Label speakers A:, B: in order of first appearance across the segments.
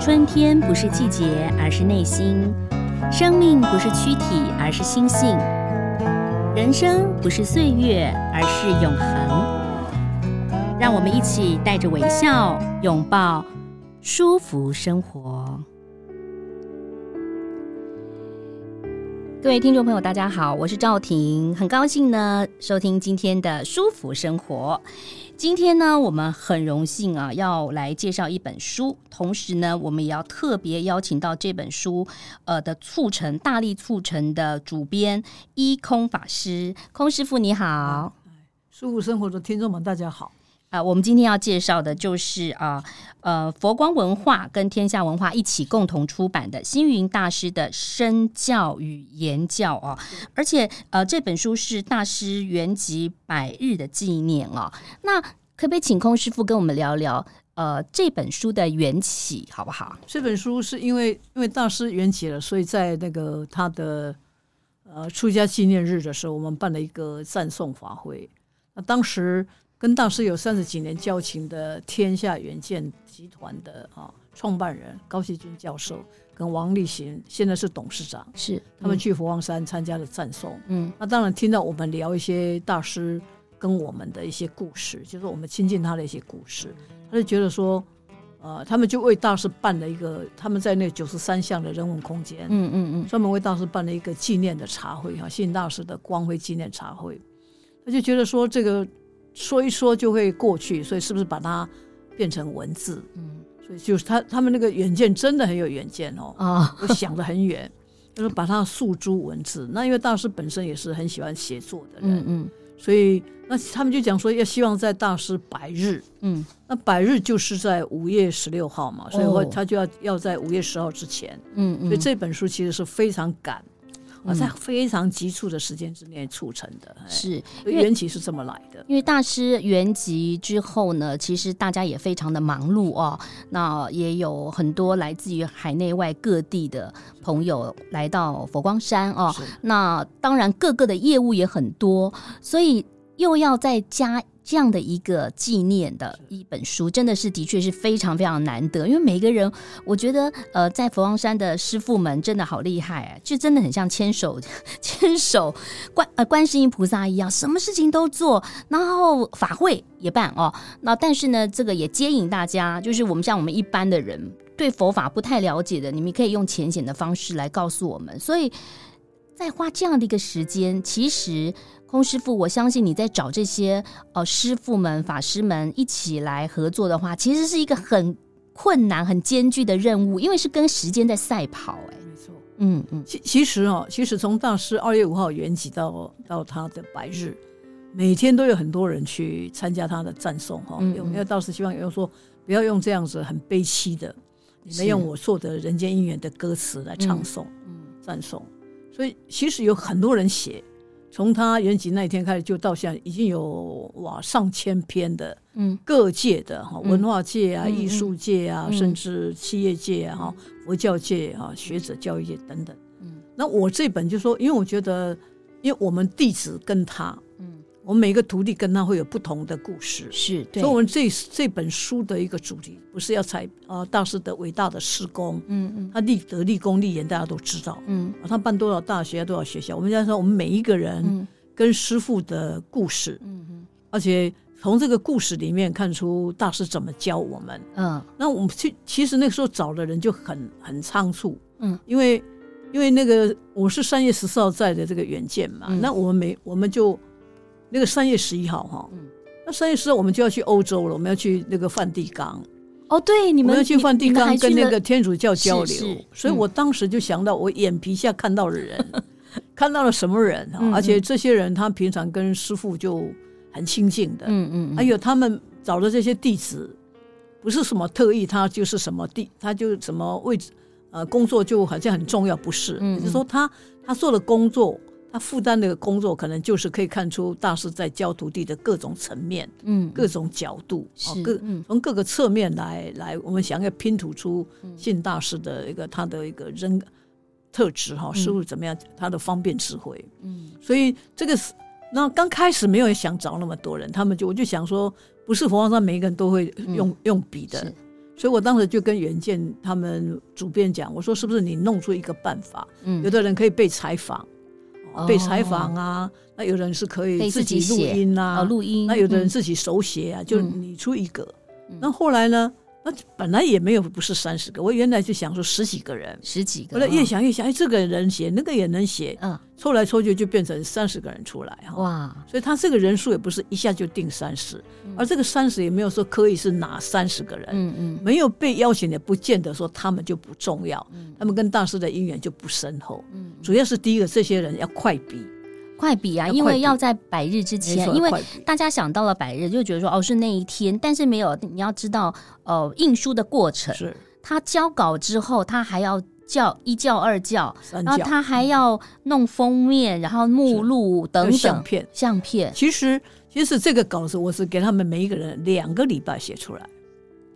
A: 春天不是季节，而是内心；生命不是躯体，而是心性；人生不是岁月，而是永恒。让我们一起带着微笑，拥抱舒服生活。各位听众朋友，大家好，我是赵婷，很高兴呢收听今天的舒服生活。今天呢，我们很荣幸啊，要来介绍一本书，同时呢，我们也要特别邀请到这本书呃的促成大力促成的主编一空法师，空师傅你好。
B: 舒服生活的听众们，大家好。
A: 啊、我们今天要介绍的就是啊，呃，佛光文化跟天下文化一起共同出版的星云大师的《身教与言教》哦，而且呃，这本书是大师圆寂百日的纪念哦。那可不可以请空师傅跟我们聊聊呃这本书的缘起，好不好？
B: 这本书是因为因为大师缘起了，所以在那个他的呃出家纪念日的时候，我们办了一个赞颂法会。那当时跟大师有三十几年交情的天下远见集团的啊创办人高希军教授跟王立行，现在是董事长，
A: 是
B: 他们去佛光山参加了赞颂。
A: 嗯
B: 那当然听到我们聊一些大师跟我们的一些故事，就是我们亲近他的一些故事，他就觉得说，呃，他们就为大师办了一个，他们在那九十三巷的人文空间，
A: 嗯嗯
B: 专门为大师办了一个纪念的茶会哈，信大师的光辉纪念茶会。他就觉得说这个说一说就会过去，所以是不是把它变成文字？
A: 嗯
B: 所以就是他他们那个远见真的很有远见哦
A: 嗯，啊
B: 我想得很远， 就是把它诉诸文字。那因为大师本身也是很喜欢写作的人，
A: 嗯嗯
B: 所以那他们就讲说要希望在大师百日，
A: 嗯
B: 那百日就是在五月十六号嘛，所以
A: 哦
B: 会他就要要在五月十号之前。
A: 嗯嗯，
B: 所以这本书其实是非常赶。啊，
A: 嗯
B: 在非常急促的时间之内促成的，哎
A: 是因为
B: 缘起是这么来的。
A: 因为大师圆寂之后呢，其实大家也非常的忙碌哦。那也有很多来自于海内外各地的朋友来到佛光山哦。
B: 是
A: 那当然，各个的业务也很多，所以又要再加这样的一个纪念的一本书，真的是的确是非常非常难得。因为每个人，我觉得呃，在佛光山的师傅们真的好厉害、啊，就真的很像牵手 牵手观呃观世音菩萨一样，什么事情都做，然后法会也办哦。那但是呢，这个也接引大家，就是我们像我们一般的人。对佛法不太了解的，你们可以用浅显的方式来告诉我们。所以在花这样的一个时间，其实空师傅，我相信你在找这些呃师傅们、法师们一起来合作的话，其实是一个很困难、很艰巨的任务，因为是跟时间在赛跑、哎，
B: 没错。
A: 嗯嗯
B: 其其实哦，其实从大师二月五号圆寂到到他的百日，每天都有很多人去参加他的赞颂哈。
A: 嗯嗯
B: 有没有大师希望有人说不要用这样子很悲凄的，你
A: 是
B: 们用我做的《人间姻缘》的歌词来唱诵、
A: 嗯
B: 赞颂。所以其实有很多人写，从他圆寂那一天开始，就到现在已经有哇上千篇的
A: 嗯
B: 各界的哈，
A: 嗯
B: 文化界啊、
A: 嗯嗯
B: 艺术界啊，
A: 嗯
B: 甚至企业界啊、哈佛教界啊、学者教育界等等。
A: 嗯
B: 那我这本就说，因为我觉得，因为我们弟子跟他，
A: 嗯，
B: 我们每个徒弟跟他会有不同的故事，
A: 是对
B: 所以，我们这这本书的一个主题不是要采呃大师的伟大的师公，
A: 嗯嗯
B: 他立德、立功、立言，大家都知道。
A: 嗯
B: 啊他办多少大学、多少学校，我们要说我们每一个人
A: 嗯
B: 跟师傅的故事，
A: 嗯
B: 而且从这个故事里面看出大师怎么教我们。
A: 嗯
B: 那我们去，其实那个时候找的人就很很仓促，
A: 嗯，
B: 因为因为那个我是三月十四号在的这个远见嘛，
A: 嗯
B: 那我们没我们就那个三月十一号哈，
A: 嗯
B: 那三月十号我们就要去欧洲了，我们要去那个梵蒂冈，
A: 哦，对，你
B: 我
A: 们
B: 们要去梵蒂冈跟那个天主教交
A: 是
B: 流
A: 是，
B: 所以我当时就想到我眼皮下看到的 人，看到了什么人啊
A: 嗯嗯，
B: 而且这些人他平常跟师傅就很亲近的，
A: 嗯嗯，
B: 还有哎他们找的这些弟子，不是什么特意，他就是什么地，他就什么位置，呃，工作就好像很重要，不是？
A: 嗯嗯
B: 也就是说他他做的工作，他负担的工作，可能就是可以看出大师在教徒弟的各种层面、
A: 嗯
B: 各种角度，哦
A: 是
B: 各
A: 嗯
B: 从各个侧面来来，我们想要拼图出信大师的一个他的一个人特质哈，师傅怎么样，他的方便智慧。
A: 嗯
B: 所以这个是，那刚开始没有想找那么多人，他们就我就想说，不是佛光山每一个人都会用、用笔的
A: 嗯是，
B: 所以我当时就跟袁建他们主编讲，我说是不是你弄出一个办法？
A: 嗯，
B: 有的人可以被采访，
A: 哦
B: 被采访啊，那有人是可
A: 可以
B: 以
A: 自
B: 自
A: 己
B: 己录
A: 写
B: 音
A: 啊
B: 啊，
A: 录音，
B: 那有的人
A: 嗯
B: 自己手写啊，就
A: 嗯
B: 你出一个
A: 嗯。
B: 那后来呢？那本来也没有不是三十个，我原来就想说十几个人，
A: 十几个，
B: 后来越
A: 哦，
B: 想越想，哎，这个人能写，那个也能写，
A: 嗯，
B: 抽来抽去就变成三十个人出来哈。
A: 哇，
B: 所以他这个人数也不是一下就定三十
A: 嗯，
B: 而这个三十也没有说可以是哪三十个人，
A: 嗯嗯
B: 呃没有被邀请的，不见得说他们就不重要
A: 嗯，
B: 他们跟大师的姻缘就不深厚。
A: 嗯，
B: 主要是第一个，这些人要快笔，
A: 快比啊，
B: 要
A: 因
B: 快
A: 为
B: 比
A: 要在百日之
B: 没
A: 前，
B: 错
A: 因为
B: 快笔
A: 大家想到了百日就觉得说哦是那一天，但是没有，你要知道呃印书的过程，
B: 是
A: 他交稿之后，他还要校一校二校，
B: 三嗯
A: 然后
B: 角，
A: 他还要弄封面，然后目录
B: 还有
A: 等
B: 相
A: 等
B: 片。
A: 相片，
B: 其实，其实这个稿子我是给他们每一个人两个礼拜写出来，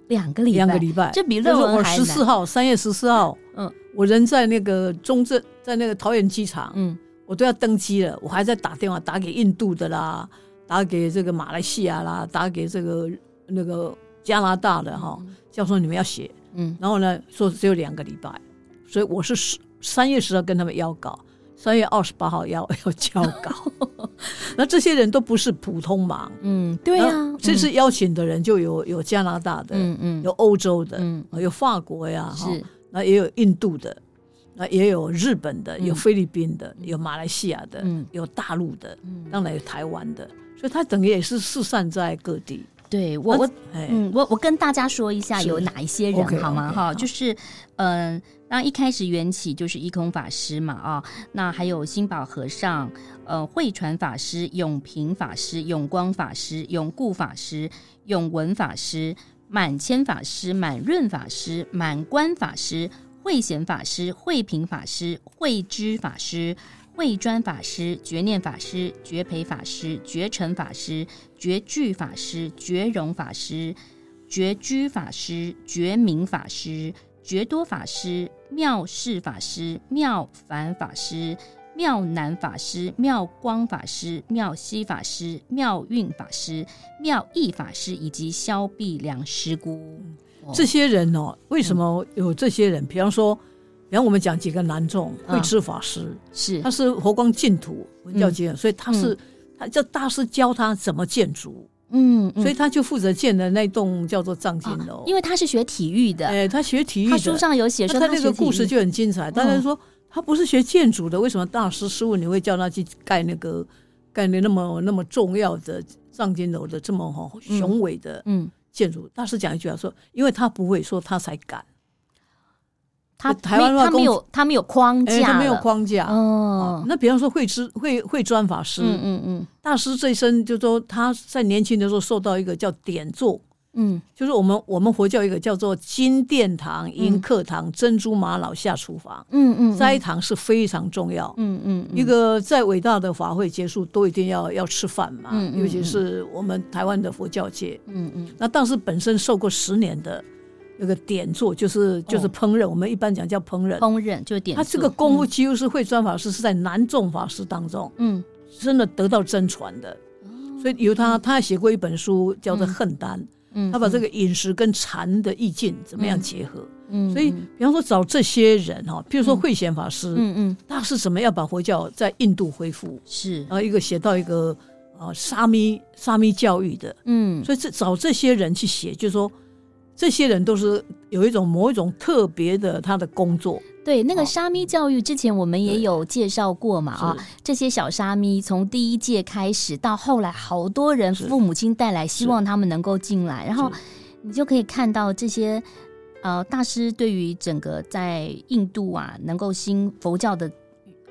A: 两个礼拜，
B: 两个礼拜，
A: 这比
B: 就是
A: 论文
B: 我
A: 还
B: 十四
A: 难。
B: 号，三月十四号，
A: 嗯
B: 我人在那个中正，在那个桃园机场，
A: 嗯
B: 我都要登机了，我还在打电话打给印度的啦，打给这个马来西亚啦，打给这个那个加拿大的哈，叫说你们要写，
A: 嗯，
B: 然后呢说只有两个礼拜，所以我是十三月十号跟他们要稿。三月二十八号要 要交 稿，那这些人都不是普通盲，
A: 嗯，对啊
B: 那，这次邀请的人就有有加拿大的，
A: 嗯嗯
B: 有欧洲的，
A: 嗯
B: 有法国呀，
A: 嗯
B: 哈，
A: 是
B: 那也有印度的，那也有日本的，
A: 嗯
B: 有菲律宾的，有马来西亚的，
A: 嗯
B: 有大陆的，
A: 嗯
B: 当然有台湾的，所以他等于也是四散在各地。
A: 对我我
B: 哎，
A: 嗯，我我跟大家说一下
B: 是
A: 有哪一些人
B: OK，
A: 好吗？
B: OK，
A: 哈，
B: 好
A: 就是嗯，当然一开始缘起就是一空法师嘛啊，那还有心宝和尚、呃慧传法师、永平法师、永光法师、永固法师、永文法师、满谦法师、满润法师、满观法师、慧贤法师、慧平法师、慧知法师。慧专法师、觉念法师、觉培法师、觉成法师、觉具法师、觉容法师、觉居法师、觉明法师、觉多法师、妙世法师、妙凡法师、妙南法师、妙光法师、妙西法师、妙运法师、妙义法师以及萧碧良师姑。哦
B: 这些人哦，为什么有这些人？比方说，比方我们讲几个男众，
A: 嗯
B: 慧知法师，
A: 是
B: 他是佛光净土文教
A: 嗯
B: 结缘，所以他是他这大师教他怎么建筑，
A: 嗯，嗯
B: 所以他就负责建的那栋叫做藏经
A: 啊
B: 楼。
A: 因为他是学体育的，
B: 哎，他学体育
A: 他
B: 的，
A: 书上有写说
B: 那他
A: 学嗯
B: 那个
A: 体育
B: 故事就很精彩。大家说他不是学建筑的，为什么大师师傅你会叫他去盖那个盖那那么那么重要的藏经楼的这么吼
A: 嗯
B: 雄伟的
A: 嗯，
B: 建筑？大师讲一句话说，因为他不会说他才敢，
A: 他
B: 台湾
A: 没
B: 话
A: 他
B: 公
A: 没有他没有框架
B: 哎，
A: 了，
B: 他没有框架。啊
A: 哦，
B: 那比方说慧知慧慧专法师、
A: 嗯嗯嗯
B: 大师这一生，就说他在年轻的时候受到一个叫典座，
A: 嗯
B: 就是我们我们佛教一个叫做金殿堂、银
A: 嗯
B: 课堂、珍珠玛瑙下厨房，
A: 嗯嗯，
B: 斋堂是非常重要。
A: 嗯嗯嗯
B: 一个再伟大的法会结束，都一定要要吃饭嘛，
A: 嗯嗯
B: 尤其是我们台湾的佛教界。
A: 嗯嗯
B: 那当时本身受过十年的那个典座，就是就是烹饪，我们一般讲叫烹饪。
A: 哦烹饪就是点
B: 他这个功夫几乎是慧专法师是在南众法师当中
A: 嗯，嗯
B: 真的得到真传的，
A: 哦
B: 所以由他他还写过一本书叫做《恨丹》，
A: 嗯，
B: 他把这
A: 个
B: 个饮食跟禅的意境怎么样结合。
A: 嗯，
B: 所以，
A: 嗯
B: 比方说找这些人哈，譬如说
A: 嗯
B: 慧贤法师，
A: 嗯嗯
B: 他是怎么样把佛教在印度恢复？
A: 是
B: 然，后一个写到一个呃沙弥沙弥教育的，
A: 嗯
B: 所以这找这些人去写，就是说这些人都是有一种某一种特别的他的工作
A: 对那个
B: 哦
A: 沙弥教育之前我们也
B: 对
A: 有介绍过嘛啊，
B: 是
A: 这些小沙弥从第一届开始到后来，好多人
B: 是
A: 父母亲带来，希
B: 是
A: 望他们能够进来，然后
B: 是
A: 你就可以看到这些。呃，大师对于整个在印度啊，能够兴佛教的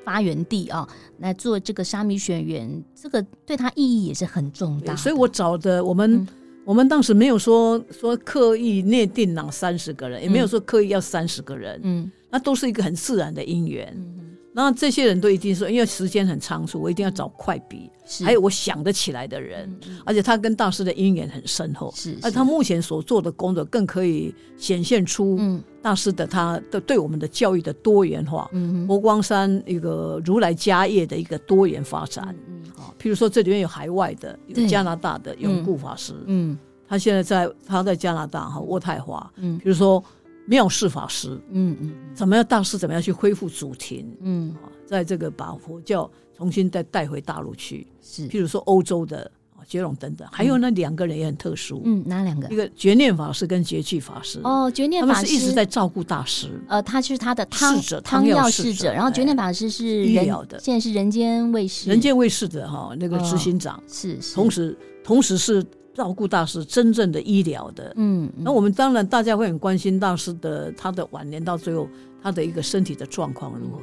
A: 发源地啊，来做这个沙弥学员，这个对他意义也是很重大
B: 对
A: 的。
B: 所以我找的我们、
A: 嗯
B: 我们当时没有说说刻意内定哪三十个人，也没有说刻意要三十个人，
A: 嗯
B: 那都是一个很自然的因缘。
A: 嗯，
B: 那这些人都一定说，因为时间很仓促，我一定要找快笔，
A: 是，
B: 还有我想得起来的人，
A: 嗯嗯
B: 而且他跟大师的因缘很深厚。
A: 是，是
B: 而啊他目前所做的工作，更可以显现出
A: 嗯
B: 大师的他的对我们的教育的多元化。
A: 嗯
B: 佛光山一个如来家业的一个多元发展
A: 嗯
B: 啊，譬如说这里面有海外的，
A: 对
B: 有加拿大的
A: 嗯
B: 永固法师，
A: 嗯
B: 他现在在他在加拿大哈渥太华，
A: 嗯
B: 比如说妙释法师，
A: 嗯嗯
B: 怎么样大师怎么样去恢复祖庭，
A: 嗯，
B: 啊在这个把佛教重新再带回大陆去，
A: 是，
B: 譬如说欧洲的啊觉龙等等，还有那两个人也很特殊，
A: 嗯，哪两个
B: 一？个觉念法师跟觉气法师，
A: 哦，觉
B: 他
A: 念
B: 们
A: 法
B: 是
A: 师
B: 一直在照顾大师，
A: 呃，他是他的汤
B: 侍者
A: 汤
B: 汤药
A: 药
B: 侍
A: 侍
B: 者
A: 者，然后觉念
B: 哎
A: 法师是
B: 医
A: 人
B: 疗的
A: 现在是人间卫士，
B: 人间卫士的哈那个
A: 哦
B: 执行长，
A: 是是，
B: 同时同时是照顾大师真正的医疗的。
A: 嗯，嗯
B: 那我们当然大家会很关心大师的他的晚年到最后他的一个身体的状况如何。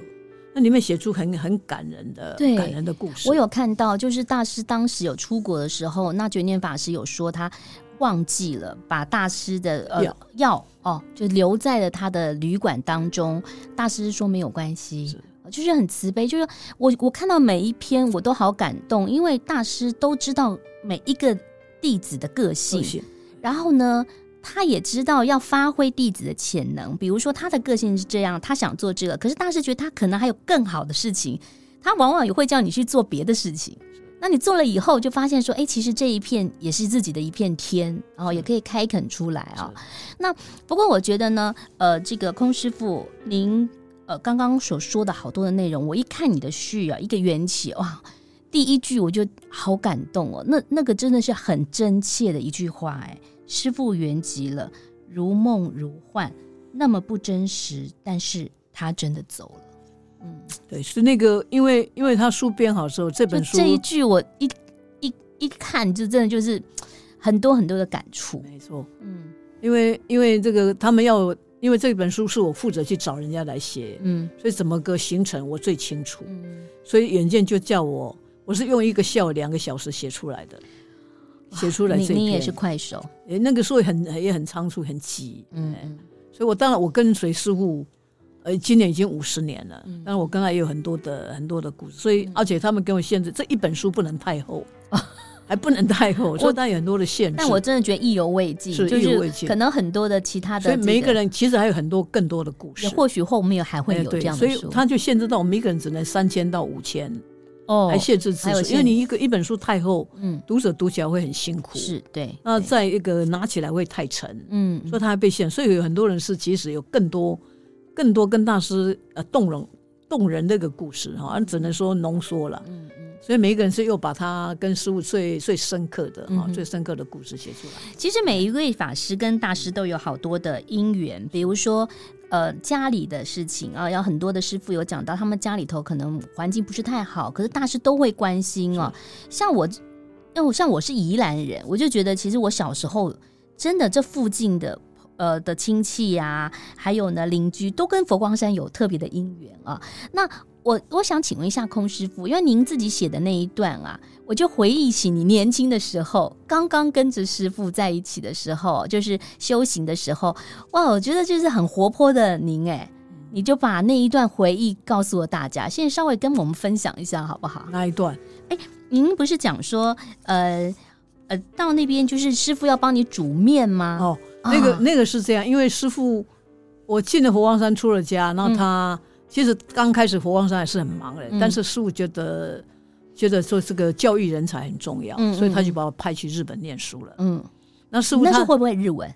B: 那里面写出很很感人的
A: 嗯对
B: 感人的故事。
A: 我有看到，就是大师当时有出国的时候，那觉念法师有说他忘记了把大师的呃
B: 药
A: 药哦，就留在了他的旅馆当中。大师说没有关系
B: 是，
A: 就是很慈悲。就是我我看到每一篇我都好感动，因为大师都知道每一个弟子的个性
B: 个，性
A: 然后呢，他也知道要发挥弟子的潜能，比如说他的个性是这样，他想做这个，可是大师觉得他可能还有更好的事情，他往往也会叫你去做别的事情。那你做了以后，就发现说，哎，其实这一片也是自己的一片天，然后也可以开垦出来啊、不过我觉得呢，呃，这个空师傅，您呃刚刚所说的好多的内容，我一看你的序啊，一个缘起哇，第一句我就好感动哦，那那个真的是很真切的一句话哎，师傅圆寂了，如梦如幻，那么不真实，但是他真的走了。
B: 对，是那个，因为因为他书编好之后，这
A: 就
B: 本书
A: 这一句，我一一一看就真的就是很多很多的感触，
B: 没错，
A: 嗯
B: 因为因为这个他们要，因为这本书是我负责去找人家来写，
A: 嗯
B: 所以怎么个行程我最清楚，
A: 嗯，
B: 所以远见就叫我，我是用一个下午两个小时写出来的，写出来
A: 你
B: 这一
A: 你也
B: 篇
A: 是快手，
B: 诶那个时候很也很仓促，很急，
A: 嗯
B: 哎
A: 嗯
B: 所以我当然我跟随师傅，呃，今年已经五十年了，
A: 嗯
B: 当然我跟他也有很多的很多的故事，所以而且他们给我限制，这一本书不能太 厚，还不能太厚，所以当然有很多的限制。
A: 哦但我真的觉得意犹未尽，
B: 嗯是
A: 就
B: 意犹未尽
A: 可能很多的其他的、
B: 所以
A: 这
B: 每一个人其实还有很多更多的故事
A: 也，或许后面还会
B: 哎
A: 有
B: 对
A: 这样
B: 所
A: 的
B: 以
A: 书，
B: 他就限制到我们一个人只能三千到五千，
A: 哦
B: 还限制字
A: 还有
B: 数，因为
A: 限
B: 你一个一本书太厚，
A: 嗯
B: 读者读起来会很辛苦，
A: 是对，
B: 那
A: 对
B: 再一个拿起来会太沉，
A: 嗯
B: 所以他还被限，所以有很多人是即使有更多、更多跟大师呃动容、动人那个故事哈，只能说浓缩了。
A: 嗯嗯，
B: 所以每一个人是又把他跟师傅最最深刻的
A: 嗯
B: 哈、
A: 哼
B: 最深刻的故事写出来。
A: 其实每一位法师跟大师都有好多的因缘，比如说。呃，家里的事情啊，有很多的师傅有讲到，他们家里头可能环境不是太好，可是大师都会关心哦。像我，因为我像我是宜兰人，我就觉得其实我小时候真的这附近的呃的亲戚呀、还有呢邻居都跟佛光山有特别的因缘啊。那我我想请问一下空师傅，因为您自己写的那一段啊，我就回忆起你年轻的时候，刚刚跟着师傅在一起的时候，就是修行的时候，哇，我觉得就是很活泼的您哎。你就把那一段回忆告诉了大家，现在稍微跟我们分享一下好不好？
B: 那一段
A: 您不是讲说，呃呃，到那边就是师傅要帮你煮面吗？
B: 哦，那个、
A: 啊
B: 那个是这样，因为师傅我进了佛光山，出了家，然后他、其实刚开始佛光山还是很忙的，
A: 嗯
B: 但是师傅觉得觉得说这个教育人才很重要，
A: 嗯
B: 所以他
A: 嗯
B: 就把我派去日本念书了。
A: 嗯，
B: 那师
A: 你
B: 傅
A: 那时
B: 他
A: 候会不会日文？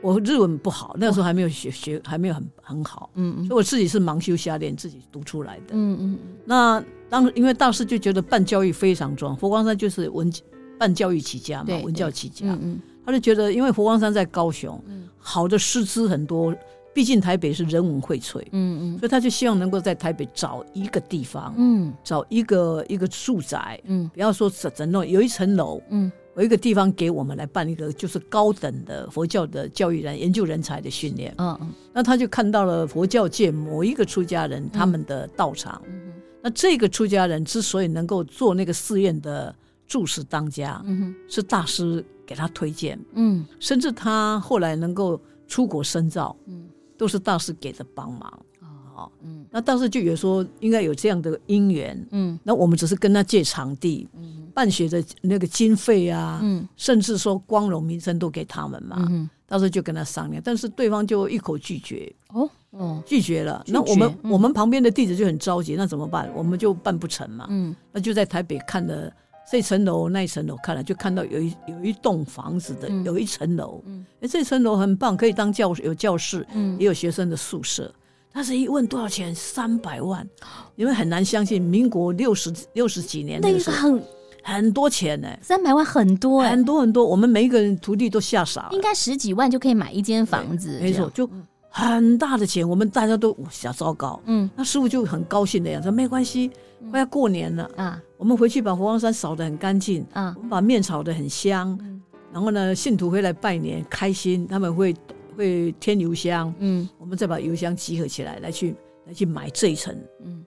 B: 我日文不好，那个时候还没有学学，还没有很很好，
A: 嗯
B: 所以
A: 嗯
B: 我自己是盲修瞎练自己读出来的。
A: 嗯嗯
B: 那当因为大师就觉得办教育非常重要，佛光山就是文办教育起家嘛
A: 对，
B: 文教起家，
A: 嗯嗯
B: 他就觉得因为佛光山在高雄，
A: 嗯
B: 好的师资很多，毕竟台北是人文荟萃，
A: 嗯
B: 所以他就希望能够在台北找一个地方，
A: 嗯
B: 找一个一个住宅，
A: 嗯
B: 不要说整整栋有一层楼，
A: 嗯
B: 有一个地方给我们来办一个就是高等的佛教的教育人研究人才的训练。
A: 嗯
B: 那他就看到了佛教界某一个出家人他们的道场。
A: 嗯
B: 那这个出家人之所以能够做那个寺院的住持当家，
A: 嗯
B: 是大师给他推荐，
A: 嗯
B: 甚至他后来能够出国深造，
A: 嗯
B: 都是大师给的帮忙。哦，
A: 嗯
B: 那大师就有说应该有这样的因缘。
A: 嗯
B: 那我们只是跟他借场地、
A: 嗯
B: 办学的那个经费啊，
A: 嗯
B: 甚至说光荣名声都给他们嘛。
A: 嗯
B: 当时就跟他商量，但是对方就一口拒绝，
A: 哦哦
B: 拒绝了。
A: 拒绝
B: 那我们、
A: 嗯
B: 我们旁边的弟子就很着急，那怎么办？我们就办不成嘛。
A: 嗯
B: 那就在台北看了这层楼那一层楼看了，就看到有一有一栋房子的
A: 嗯
B: 有一层楼，
A: 嗯
B: 哎，这层楼很棒，可以当教有教室，
A: 嗯
B: 也有学生的宿舍。但是，一问多少钱，三百万， 你们很难相信，民国六十六十几年
A: 那
B: 那
A: 一
B: 个时
A: 个
B: 候，
A: 很
B: 很多钱呢、
A: 三百万很多哎、
B: 很多很多，我们每一个人徒弟都吓傻了。
A: 应该十几万就可以买一间房子，
B: 没
A: 这
B: 错，
A: 样，
B: 就很大的钱，我们大家都哇小糟糕。
A: 嗯
B: 那师傅就很高兴的样子，没关系，快要过年了，
A: 啊
B: 我们回去把佛光山扫得很干净，
A: 啊
B: 我们把面炒得很香，
A: 嗯
B: 然后呢，信徒会来拜年，开心，他们会会添油香，
A: 嗯
B: 我们再把油香集合起来，来去来去买这一层。
A: 嗯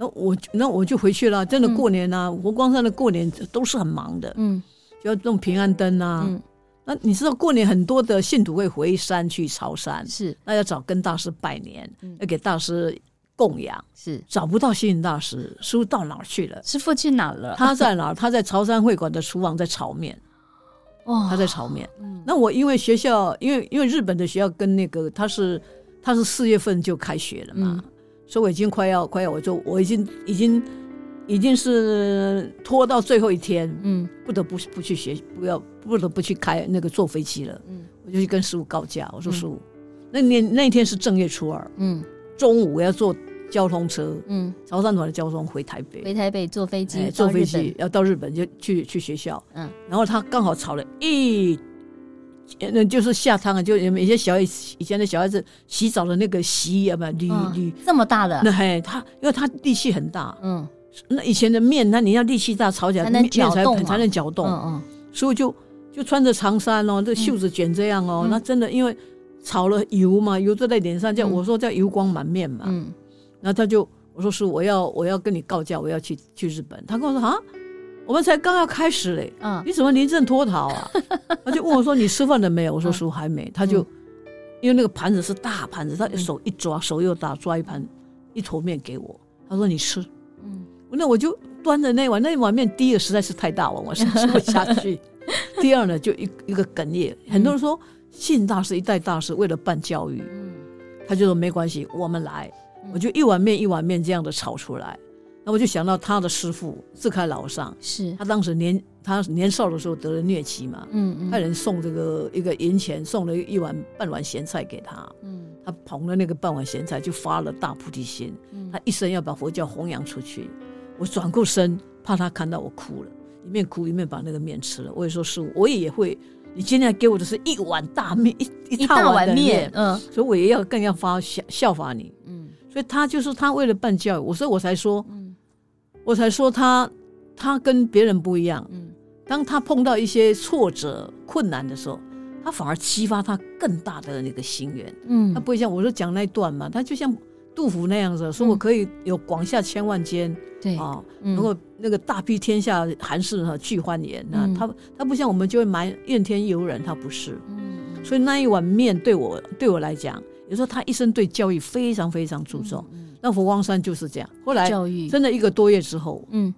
B: 那我那我就回去了，真的
A: 嗯
B: 过年啊，佛光山的过年都是很忙的，
A: 嗯
B: 就要弄平安灯啊。
A: 嗯，
B: 那你知道过年很多的信徒会回山去朝山，
A: 是
B: 那要找跟大师拜年
A: 嗯，
B: 要给大师供养，
A: 是，
B: 找不到星云大师，师傅到哪儿去了？
A: 师傅去哪了？
B: 他在哪儿？他在潮汕会馆的厨房在炒面，
A: 哇
B: 他在炒面。
A: 嗯
B: 那我因为学校，因为因为日本的学校跟那个他是他是四月份就开学了嘛，
A: 嗯
B: 所以我已经快要快要，我就我已经已经已经是拖到最后一天，
A: 嗯
B: 不得不不去学，不要不得不去开那个坐飞机了。
A: 嗯
B: 我就去跟师傅告假，我
A: 嗯
B: 说师傅，那年那天是正月初二，
A: 嗯
B: 中午我要坐交通车，
A: 嗯，
B: 潮汕团的交通回台北，
A: 回台北坐飞
B: 哎
A: 机，
B: 坐
A: 到
B: 飞
A: 日
B: 机要到日本就去去学校，
A: 嗯
B: 然后他刚好炒了一，那就是下汤啊，就有一些小孩以前的小孩子洗澡的那个洗衣啊不铝
A: 本，
B: 铝，
A: 嗯这么大的
B: 那，嘿他因为他力气很大，
A: 嗯
B: 那以前的面那你要力气大炒起来
A: 才能
B: 面面
A: 搅动嘛
B: 才能搅动，
A: 嗯
B: 所以就就穿着长衫哦，这袖子卷这样哦，
A: 嗯
B: 那真的因为炒了油嘛，油都在脸上，叫、
A: 嗯
B: 我说叫油光满面嘛。
A: 嗯
B: 然后他就我说是我要我要跟你告假，我要去去日本。他跟我说啊，我们才刚要开始嘞，
A: 嗯嗯
B: 你怎么临阵脱逃啊？ 他就问我说你吃饭了没有？我说
A: 嗯
B: 叔还没。他就、
A: 嗯
B: 因为那个盘子是大盘子，他
A: 嗯
B: 手一抓，手又大，抓一盘一坨面给我。他说你吃，
A: 嗯
B: 那我就端着那一碗，那一碗面第一个实在是太大碗，我是吃不下 去。第二呢，就一一个哽咽。很多人说信大师一代大师为了办教育，
A: 嗯
B: 他就说没关系，我们来，
A: 嗯
B: 我就一碗面一碗面这样的炒出来。那我就想到他的师傅自开老上，
A: 是
B: 他当时年他年少的时候得了疟疾嘛，
A: 嗯
B: 派
A: 嗯
B: 人送这个一个银钱，送了一碗半碗咸菜给他，
A: 嗯
B: 他捧了那个半碗咸菜就发了大菩提心，
A: 嗯
B: 他一生要把佛教弘扬出去。我转过身，怕他看到我哭了，一面哭一面把那个面吃了。我也说师傅，我也会，你今天给我的是一碗大面，一
A: 一
B: 大
A: 大
B: 碗
A: 碗
B: 的
A: 面，，嗯
B: 所以我也要更要发效效法你。
A: 嗯
B: 所以他就是他为了办教育，我所以我才说，
A: 嗯
B: 我才说他他跟别人不一样。
A: 嗯
B: 当他碰到一些挫折困难的时候，他反而激发他更大的那个心愿。
A: 嗯
B: 他不会像我说讲那一段嘛，他就像杜甫那样子，说我可以有广厦千万间
A: 对，
B: 啊，
A: 嗯
B: 然后那个大庇天下寒士哈俱欢颜啊
A: 嗯。
B: 他他不像我们就会埋怨天尤人，他不是。
A: 嗯
B: 所以那一碗面对我对我来讲，也就是说他一生对教育非常非常注重。
A: 嗯
B: 那佛光山就是这样。
A: 嗯
B: 后来
A: 教育
B: 真的一个多月之后，
A: 嗯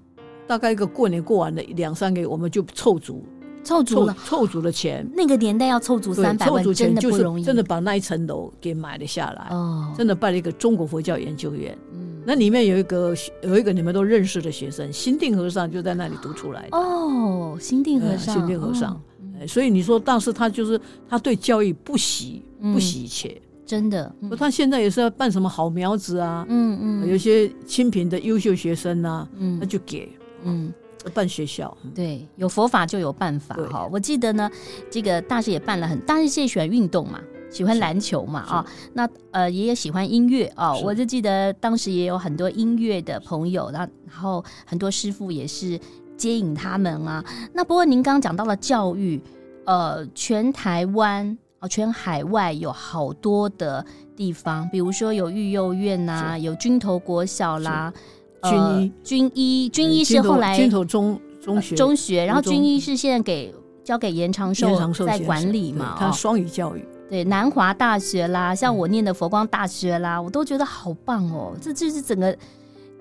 B: 大概一个过年过完了两三个月，我们就凑足
A: 凑足
B: 凑
A: 了。
B: 凑足了钱，
A: 那个年代要凑足
B: 对
A: 三百
B: 凑
A: 万
B: 足，
A: 真
B: 钱
A: 的
B: 就
A: 不
B: 是
A: 容易，
B: 真的把那一层楼给买了下来，
A: 哦，
B: 真的办了一个中国佛教研究院。
A: 嗯
B: 那里面有一个有一个你们都认识的学生，新定和尚就在那里读出来的。
A: 哦，心定和
B: 嗯
A: 尚，
B: 心定和尚
A: 哦嗯
B: 哎所以你说，但是他就是他对教育不惜
A: 嗯
B: 不惜一切，
A: 真的，嗯
B: 说他现在也是要办什么好苗子啊，
A: 嗯
B: 有
A: 嗯
B: 些清贫的优秀学生呐、那
A: 嗯
B: 就给
A: 嗯，
B: 办学校。
A: 对，有佛法就有办法
B: 对
A: 哈。我记得呢，这个大师也办了很，大师现在喜欢运动嘛。喜欢
B: 是
A: 篮球嘛
B: 嗯是
A: 啊、那呃也也喜欢音乐啊、
B: 是
A: 我就记得当时也有很多音乐的朋友，然后然后很多师傅也是接引他们啊。那不过您刚刚讲到了教育，呃，全台湾哦，全海外有好多的地方，比如说有育幼院呐、有军头国小啦，呃
B: 是军医呃
A: 军医，军医是
B: 军头
A: 后来呃
B: 军头中中学
A: 中学，然后
B: 中
A: 军医是现在给交给严长寿
B: 延长寿
A: 在
B: 先
A: 管
B: 生
A: 理
B: 对
A: 嘛，
B: 他嗯
A: 哦
B: 双语教育。
A: 对，南华大学啦，像我念的佛光大学啦，我都觉得好棒哦，这就是整个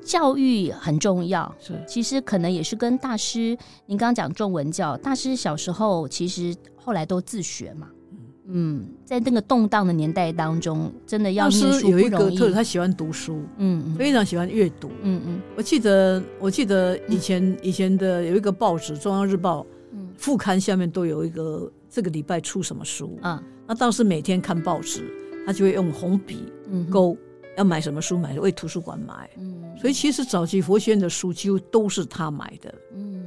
A: 教育很重要。
B: 是
A: 其实可能也是跟大师，您刚刚讲中文教大师小时候其实后来都自学嘛，嗯
B: 嗯
A: 嗯，在那个动荡的年代当中，真的要
B: 大
A: 念
B: 师
A: 书不
B: 有一个
A: 容易
B: 特点，。他喜欢读书，
A: 嗯嗯
B: 非常喜欢阅读。
A: 嗯嗯
B: 我记得，我记得以前以前的有一个报纸《中央日报》
A: 嗯
B: 副刊下面都有一个这个礼拜出什么书，
A: 啊
B: 那当时每天看报纸，他就会用红笔
A: 嗯
B: 勾要买什么书买，为图书馆买。
A: 嗯，
B: 所以其实早期佛学院的书几乎都是他买的。
A: 嗯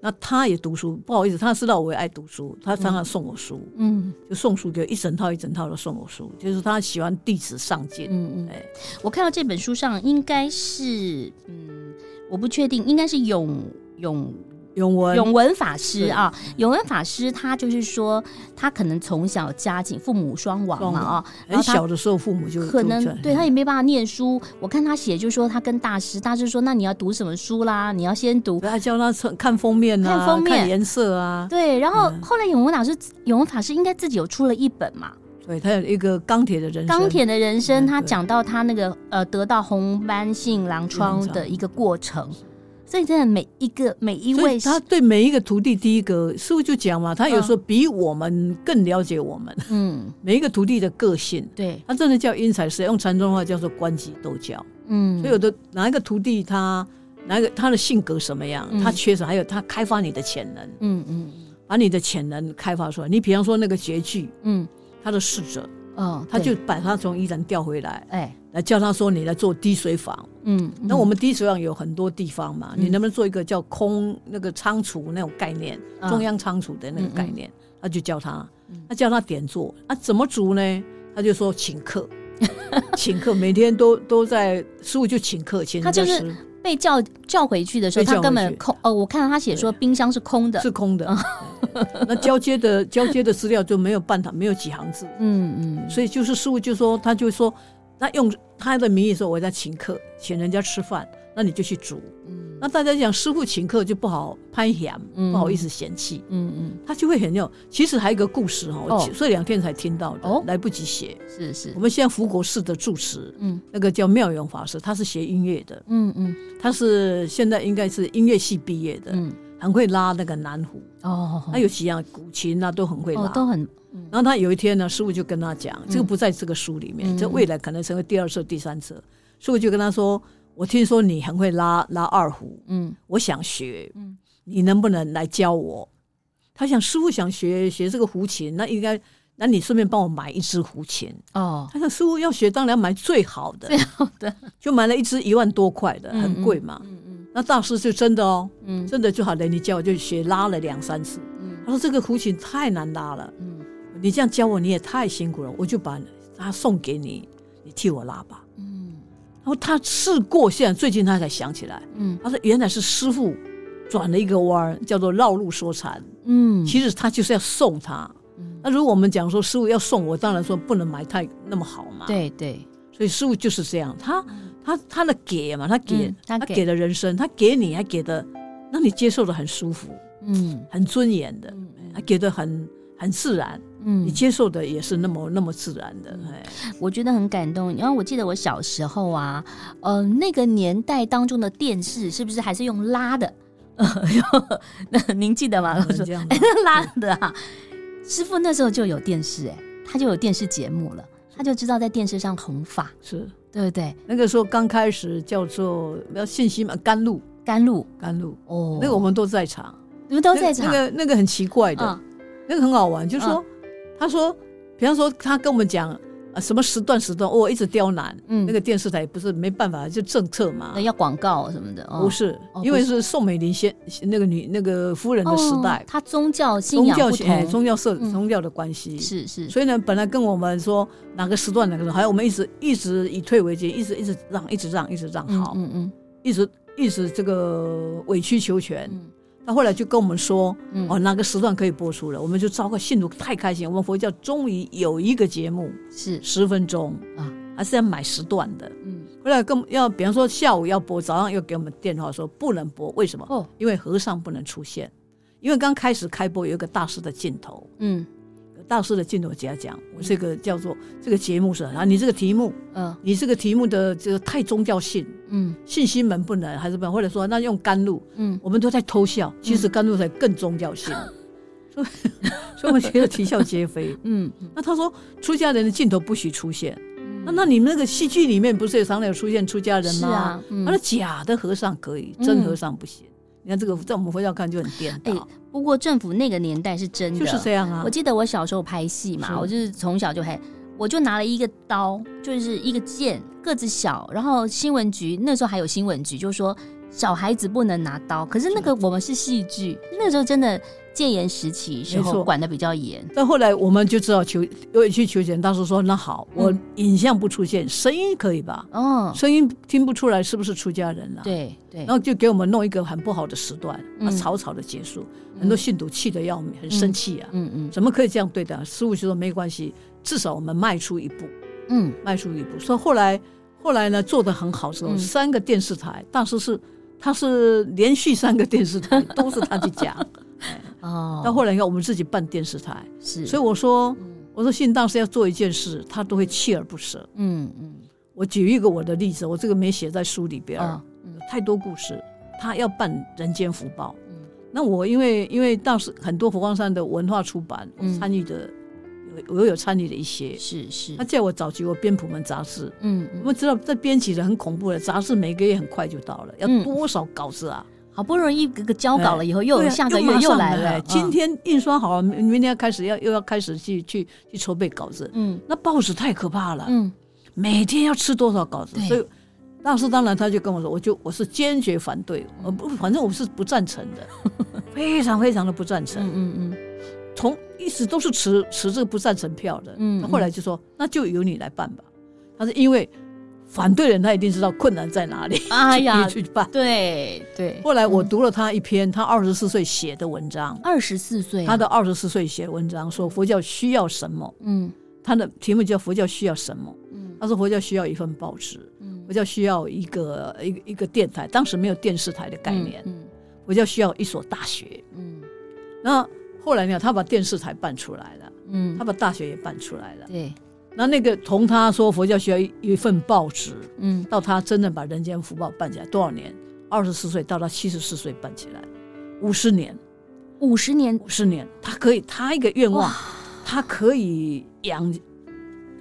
B: 那他也读书，不好意思，他知道我也爱读书，他常常送我书，
A: 嗯
B: 就送书给我一整套一整套的送我书，就是他喜欢弟子上进。
A: 嗯嗯
B: 哎，
A: 我看到这本书上应该是嗯，我不确定，应该是永永
B: 永文，
A: 永文法师
B: 对
A: 啊，永文法师他就是说，他可能从小家境父母双亡
B: 双
A: 嘛
B: 亡
A: 啊，然
B: 很
A: 后他
B: 哎小的时候父母就
A: 可能
B: 就
A: 对他也没办法念书。我看他写就说他跟大师，大师说那你要读什么书啦？你要先读
B: 对嗯他教他看封面啊，
A: 看封面
B: 颜色啊，
A: 对，然后
B: 嗯
A: 后来永文老师永文法师应该自己有出了一本嘛，
B: 对他有一个钢铁的人生，
A: 《钢铁的人生》，
B: 嗯
A: 他
B: 对
A: 讲到他那个呃得到红斑性狼疮的一个过程，所以真的每一个每一
B: 嗯所以
A: 位
B: 他对每一个徒弟，第一个师傅就讲嘛，他有
A: 嗯
B: 时候比我们更了解我们、
A: 嗯
B: 每一个徒弟的个性。
A: 对
B: 他真的叫因材施教，用禅宗话叫做关机斗教。
A: 嗯，
B: 所以有的哪一个徒弟他哪一个他的性格什么样，
A: 嗯
B: 他缺什么，还有他开发你的潜能，
A: 嗯嗯
B: 把你的潜能开发出来。你比方说那个绝句，
A: 嗯
B: 他的侍者，
A: 嗯哦，
B: 他
A: 对
B: 就把他从宜兰调回来，
A: 哎
B: 来叫他说你来做滴水坊。
A: 嗯，
B: 那
A: 嗯
B: 我们滴水坊有很多地方嘛，
A: 嗯
B: 你能不能做一个叫空那个仓储那种概念，
A: 啊
B: 中央仓储的那个概念？他就教他
A: 嗯，
B: 他教他点做，啊，怎么煮呢？他就说 请客，请客，每天都都在师傅就请客，请
A: 他
B: 人家
A: 就是
B: 吃
A: 啊被叫叫回去的时候，
B: 被叫
A: 他根
B: 回
A: 本
B: 去
A: 空。呃，我看到他写说冰箱是空的。嗯
B: 是空的。对那交接的交接的资料就没有半堂，没有几行字，
A: 嗯嗯，
B: 所以就是师傅就说，他就说，他用他的名义说我在请客，请人家吃饭，那你就去煮。
A: 嗯
B: 那大家讲师傅请客就不好拍嫌，
A: 嗯
B: 不好意思嫌弃，
A: 嗯
B: 他就会很有。其实还有一个故事哈，
A: 哦
B: 我这两天才听到的，
A: 哦
B: 来不及写。
A: 嗯，是是
B: 我，们现在福国寺的住持，
A: 嗯
B: 那个叫妙永法师，他是学音乐的，
A: 嗯嗯
B: 他是现在应该是音乐系毕业的，
A: 嗯，
B: 很会拉那个南胡，
A: 哦，
B: 他有几样古琴啊都很会拉。
A: 哦都很
B: 然后他有一天呢，师傅就跟他讲，这个
A: 嗯
B: 不在这个书里面，
A: 嗯
B: 这未来可能成为第二册、第三册。师傅就跟他说：“我听说你很会拉拉二胡，
A: 嗯
B: 我想学，
A: 嗯
B: 你能不能来教我？”他想，师傅想学学这个胡琴，那应该，那你顺便帮我买一支胡琴。
A: 哦
B: 他想，师傅要学，当然要买最好的，
A: 最好的，
B: 就买了一支一万多块的，
A: 嗯
B: 很贵嘛。
A: 嗯
B: 那大师就真的哦，
A: 嗯
B: 真的就好了，你教我就学拉了两三次。
A: 嗯
B: 他说这个胡琴太难拉了。
A: 嗯
B: 你这样教我，你也太辛苦了，我就把它送给你，你替我拉吧。
A: 嗯
B: 然后他试过，现在最近他才想起来，
A: 嗯
B: 他说原来是师傅转了一个弯儿，叫做绕路说禅。
A: 嗯，
B: 其实他就是要送他。
A: 嗯
B: 那如果我们讲说师傅要送我，当然说不能买太那么好嘛。，
A: 对对，
B: 所以师傅就是这样，他他他的给嘛，他给、
A: 嗯他给
B: 的人生，他给你还给的，让你接受的很舒服、
A: 嗯
B: 很尊严的，
A: 嗯
B: 还给的很很自然。你
A: 嗯，
B: 接受的也是那么那么自然的，哎，
A: 我觉得很感动。然后我记得我小时候啊，呃，那个年代当中的电视是不是还是用拉的？ 那您记得吗？老
B: 很
A: 师
B: 这样的
A: 哎， 拉的啊！师傅那时候就有电视、哎，他就有电视节目了，他就知道在电视上弘法，
B: 是
A: 对不对？
B: 那个时候刚开始叫做要信息嘛，甘露
A: 甘露
B: 甘露，
A: 哦，
B: 那个我们都在场，
A: 你们都在场，
B: 那个那个那个很奇怪的，
A: 嗯
B: 那个很好玩，就是说他说，比方说他跟我们讲啊什么时段时段，我一直刁难，
A: 嗯
B: 那个电视台不是没办法就政策嘛
A: 那，要广告什么的，哦
B: 不是
A: 哦，
B: 因为
A: 不
B: 是宋美龄先那个女那个夫人的时代
A: 哦，他宗教信
B: 宗
A: 仰
B: 教
A: 不
B: 哎
A: 同，
B: 宗教社
A: 嗯
B: 宗教的关系
A: 是是，
B: 所以呢，本来跟我们说哪个时段哪个时段，还有我们一直一直以退为进，一直一直让，一直让，一直让
A: 嗯
B: 好，
A: 嗯嗯
B: 一直一直这个委曲求全。
A: 嗯
B: 他后来就跟我们说，
A: 嗯
B: 哦，哪个时段可以播出了，我们就糟糕，信徒太开心，我们佛教终于有一个节目
A: 是
B: 十分钟
A: 嗯啊，
B: 还是要买时段的。
A: 嗯
B: 后来跟我们要，比方说下午要播，早上又给我们电话说不能播，为什么？
A: 哦
B: 因为和尚不能出现，因为刚开始开播有一个大师的镜头。
A: 嗯
B: 大师的镜头家讲，我这个叫做这个节目是啊，你这个题目，
A: 呃
B: 你这个题目的这个太宗教性，
A: 嗯
B: 信息门不能还是不能，或者说那用甘露，
A: 嗯
B: 我们都在偷笑，其实甘露才更宗教性。所以所以我觉得啼笑皆非。
A: 嗯，
B: 那他说出家人的镜头不许出现，那那你们那个戏剧里面不是也常常有出现出家人
A: 是
B: 吗？
A: 啊，嗯
B: 那假的和尚可以，真和尚不行。你看这个，在我们佛教看就很颠倒，
A: 哎不过政府那个年代是真的，
B: 就是这样啊
A: 我。记得我小时候拍戏嘛，
B: 是
A: 我就是从小就很，我就拿了一个刀，就是一个剑，个子小，然后新闻局那时候还有新闻局，就说小孩子不能拿刀，可是那个我们是戏剧，那时候真的戒严时期时
B: 没
A: 候
B: 错
A: 管的比较严，
B: 但后来我们就知道求，我也去求钱，当时说那好，我
A: 嗯
B: 影像不出现，声音可以吧？
A: 哦，
B: 声音听不出来是不是出家人了、，
A: 对对，
B: 然后就给我们弄一个很不好的时段，
A: 嗯
B: 啊，草草的结束，很多信徒气得要命，很生气啊，
A: 嗯嗯
B: 怎么可以这样对待？师傅就说没关系，至少我们迈出一步，
A: 嗯，
B: 迈出一步。所以后来后来呢，做得很好之后，
A: 嗯
B: 三个电视台，当时是他是连续三个电视台 都是他去讲，
A: 哦，
B: 到后来你看我们自己办电视台，
A: 是，嗯
B: 所以
A: 以
B: 我说我说信当时要做一件事，他都会锲而不舍。
A: 嗯嗯
B: 我举一个我的例子，我这个没写在书里边儿，
A: 哦嗯
B: 太多故事。他要办人间福报，
A: 嗯
B: 那我因为因为当时很多佛光山的文化出版，我
A: 嗯
B: 参与的、有我有参与的一些。
A: 是是
B: 他，叫我早期我编普门杂志，
A: 嗯
B: 我
A: 嗯，
B: 们知道这编辑的很恐怖的，杂志每个月很快就到了，要
A: 嗯
B: 多少稿子啊？
A: 好不容易一个个交稿了以后，又
B: 对
A: 有
B: 啊
A: 下个
B: 马
A: 月又
B: 上
A: 来了，
B: 哎
A: 嗯
B: 今天印刷好，明明天要开始要又要开始去去去筹备稿子。
A: 嗯
B: 那报纸太可怕了，
A: 嗯
B: 每天要吃多少稿子？
A: 对
B: 所以当时当然他就跟我说，我就我是坚决反对，
A: 嗯
B: 我不反正我是不赞成 的，非常非常的不赞成。
A: 嗯嗯嗯
B: 从一直都是持持这个不赞成票的。
A: 嗯
B: 嗯，后来就说那就由你来办吧。他是因为反对人，他一定知道困难在哪里，
A: 哎呀嗯
B: 去去办。
A: 对对，
B: 后来我读了他一篇他二十四岁写的文章，
A: 二十四岁啊、
B: 他的二十四岁写的文章说佛教需要什么，
A: 嗯
B: 他的题目叫佛教需要什么。
A: 嗯
B: 他说佛教需要一份报纸，
A: 嗯
B: 佛教需要一个一个一个电台，当时没有电视台的概念，
A: 嗯
B: 佛教需要一所大学。
A: 嗯
B: 那后来呢，他把电视台办出来了，
A: 嗯
B: 他
A: 嗯，
B: 把大学也办出来了。
A: 对，
B: 那那个从他说佛教需要一一份报纸，
A: 嗯
B: 到他真正把《人间福报》办起来，多少年？二十四岁到他七十四岁办起来，五十年，
A: 五十年
B: 五十年，他可以，他一个愿望，他可以养，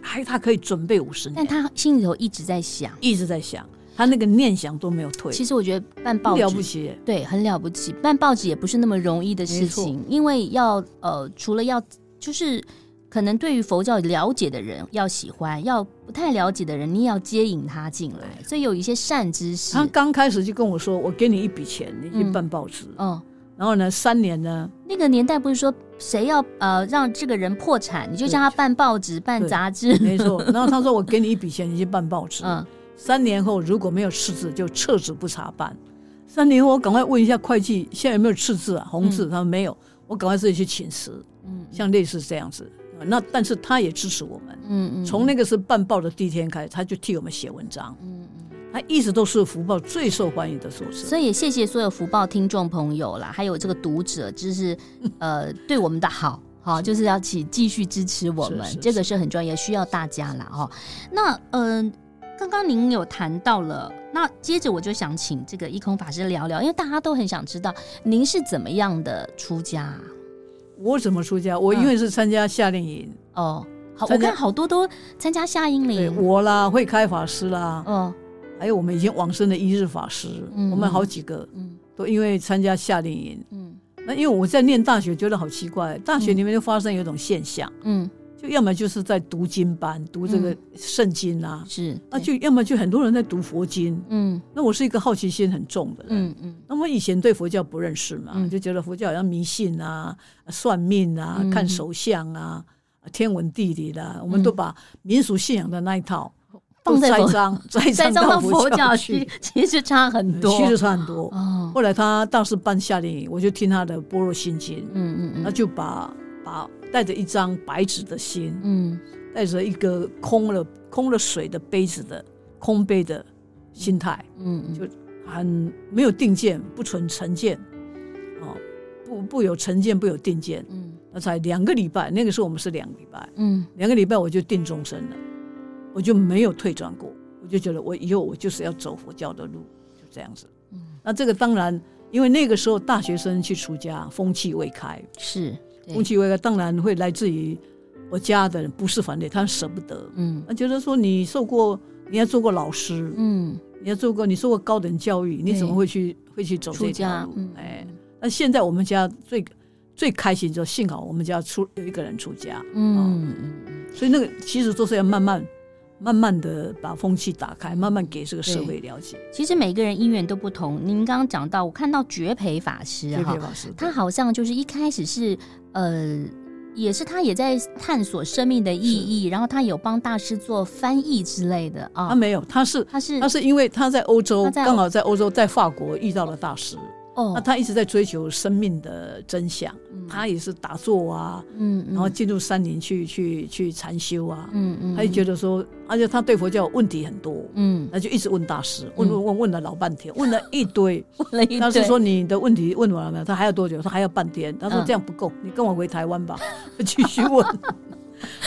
B: 还他可以准备五十
A: 但
B: 年，
A: 他心里头一直在想，
B: 一直在想，他那个念想都没有退，
A: 其实我觉得办报
B: 不
A: 纸
B: 了不起，
A: 对，很了不起。办报纸也不是那么容易的事
B: 没错
A: 情，因为要呃，除了要就是可能对于佛教了解的人要喜欢，要不太了解的人你也要接引他进来，所以有一些善知识。
B: 他刚开始就跟我说：“我给你一笔钱，你去
A: 嗯
B: 办报纸。
A: 哦，
B: 然后呢，三 年呢，
A: 那个年代不是说谁要呃让这个人破产，你就
B: 对
A: 叫他办报纸、办
B: 对
A: 杂志。
B: 没错。然后他说：“我给你一笔钱，你去办报纸。
A: 嗯，
B: 三年后如果没有赤字，就撤职不查办。三年后我赶快问一下会计，现在有没有赤字啊？红字？他们没有，我赶快自己去请辞。
A: 嗯
B: 像类似这样子，那但是他也支持我们。
A: 嗯嗯，
B: 从那个是办报的第一天开始，他就替我们写文章，
A: 嗯嗯，
B: 他一直都是福报最受欢迎的作者。
A: 所以也谢谢所有福报听众朋友啦，还有这个读者， 就是呃对我们的好。好，就是要请继续支持我们
B: 是是，
A: 这个是很重要，也需要大家啦哦。那嗯、刚刚您有谈到了，那接着我就想请这个一空法师聊聊，因为大家都很想知道您是怎么样的出家啊、
B: 我怎么出家？我因为是参加夏令营，
A: 哦。好，我
B: 参加
A: 看好多都参加夏英
B: 对
A: 林，
B: 我啦，会开法师啦，
A: 哦，
B: 还哎有我们已经往生的一日法师，
A: 嗯
B: 我们好几个
A: 嗯
B: 都因为参加夏令营。
A: 嗯
B: 那因为我在念大学，觉得好奇怪，大学里面就发生有一种现象，
A: 嗯，
B: 就要么就是在读经班读这个圣经啊，
A: 是，
B: 那
A: 嗯对
B: 就要么就很多人在读佛经。
A: 嗯
B: 那我是一个好奇心很重的人。
A: 嗯嗯
B: 那我以前对佛教不认识嘛，
A: 嗯
B: 就觉得佛教好像迷信啊、算命啊、
A: 嗯
B: 看手相啊、天文地理啦、我们都把民俗信仰的那一套
A: 放在
B: 都
A: 佛
B: 栽赃栽
A: 再
B: 赃
A: 到佛
B: 教
A: 教
B: 去嗯
A: 去，，其实差很多。
B: 其实差很多。
A: 哦，
B: 后来他倒是办夏令营，我就听他的《般若心经》，
A: 嗯嗯
B: 那
A: 嗯
B: 就把把带着一张白纸的心，
A: 嗯
B: 带着一个空了空了水的杯子的空杯的心态，
A: 嗯，
B: 就很没有定见，不存成见，哦，不不有成见，不有定见，
A: 嗯
B: 那才两个礼拜，那个时候我们是两个礼拜，
A: 嗯
B: 两个礼拜我就定终身了，我就没有退转过，我就觉得我以后我就是要走佛教的路，就这样子。
A: 嗯，
B: 那这个当然，因为那个时候大学生去出家，风气未开，
A: 是，对
B: 攻击威当然会来自于我家的人，不是反对，他舍不得，
A: 嗯
B: 他觉得说你受过，你也做过老师，
A: 嗯，
B: 你也做过，你受过高等教育，你怎么会去会去走
A: 出
B: 这条
A: 家
B: 路，？
A: 嗯，
B: 哎，那现在我们家最最开心就幸好我们家出有一个人出家，
A: 嗯嗯嗯
B: 所以那个其实都是要慢慢慢慢的把风气打开，慢慢给这个社会了解。
A: 其实每个人因缘都不同。您刚刚讲到，我看到觉培法师啊
B: 对
A: 哈
B: 对，老师，
A: 他好像就是一开始是呃，也是他也在探索生命的意义，然后他有帮大师做翻译之类的啊。
B: 他没有，他是
A: 他是
B: 他是因为他在欧洲
A: 嗯他，在欧
B: 刚好在欧洲在法国遇到了大师，
A: 哦
B: 那，他一直在追求生命的真相，
A: 嗯
B: 他也是打坐啊，
A: 嗯，
B: 然后进入山林去去去禅修啊，
A: 嗯嗯，
B: 他就觉
A: 得
B: 得说，而且他对佛教问题很多。
A: 嗯
B: 那就一直问大师，问
A: 嗯
B: 问问问了老半天，问了一堆。
A: 问了一
B: 大师
A: 堆
B: 说你的问题问完了没有？他还要多久？他还要半天。他说
A: 嗯
B: 这样不够，你跟我回台湾吧， 继续 问。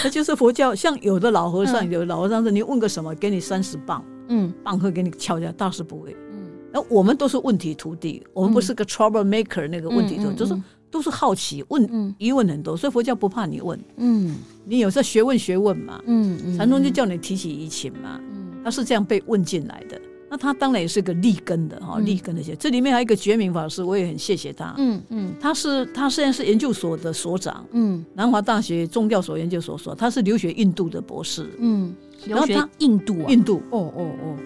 B: 那就是佛教，像有的老和尚，
A: 嗯
B: 有的老和尚是你问个什么，给你三十磅，
A: 嗯
B: 棒喝给你敲一下，大师不会。
A: 嗯
B: 那我们都是问题徒弟，我们不是个 trouble maker 那个问题徒
A: 嗯嗯
B: 弟，就是
A: 嗯
B: 都是好奇问
A: 嗯
B: 疑问很多，所以佛教不怕你问，
A: 嗯
B: 你有时候学问学问嘛，
A: 嗯嗯，
B: 禅宗就叫你提起疑情嘛，
A: 嗯
B: 他是这样被问进来的。那他当然也是个立根的哈，
A: 嗯
B: 立根那些。这里面还有一个觉明法师，我也很谢谢他。
A: 嗯嗯
B: 他是他现在是研究所的所长，
A: 嗯
B: 南华大学宗教所研究所所，他是留学印度的博士，
A: 嗯，
B: 然
A: 留
B: 后
A: 学
B: 他
A: 印度啊，
B: 印度。
A: 哦哦哦，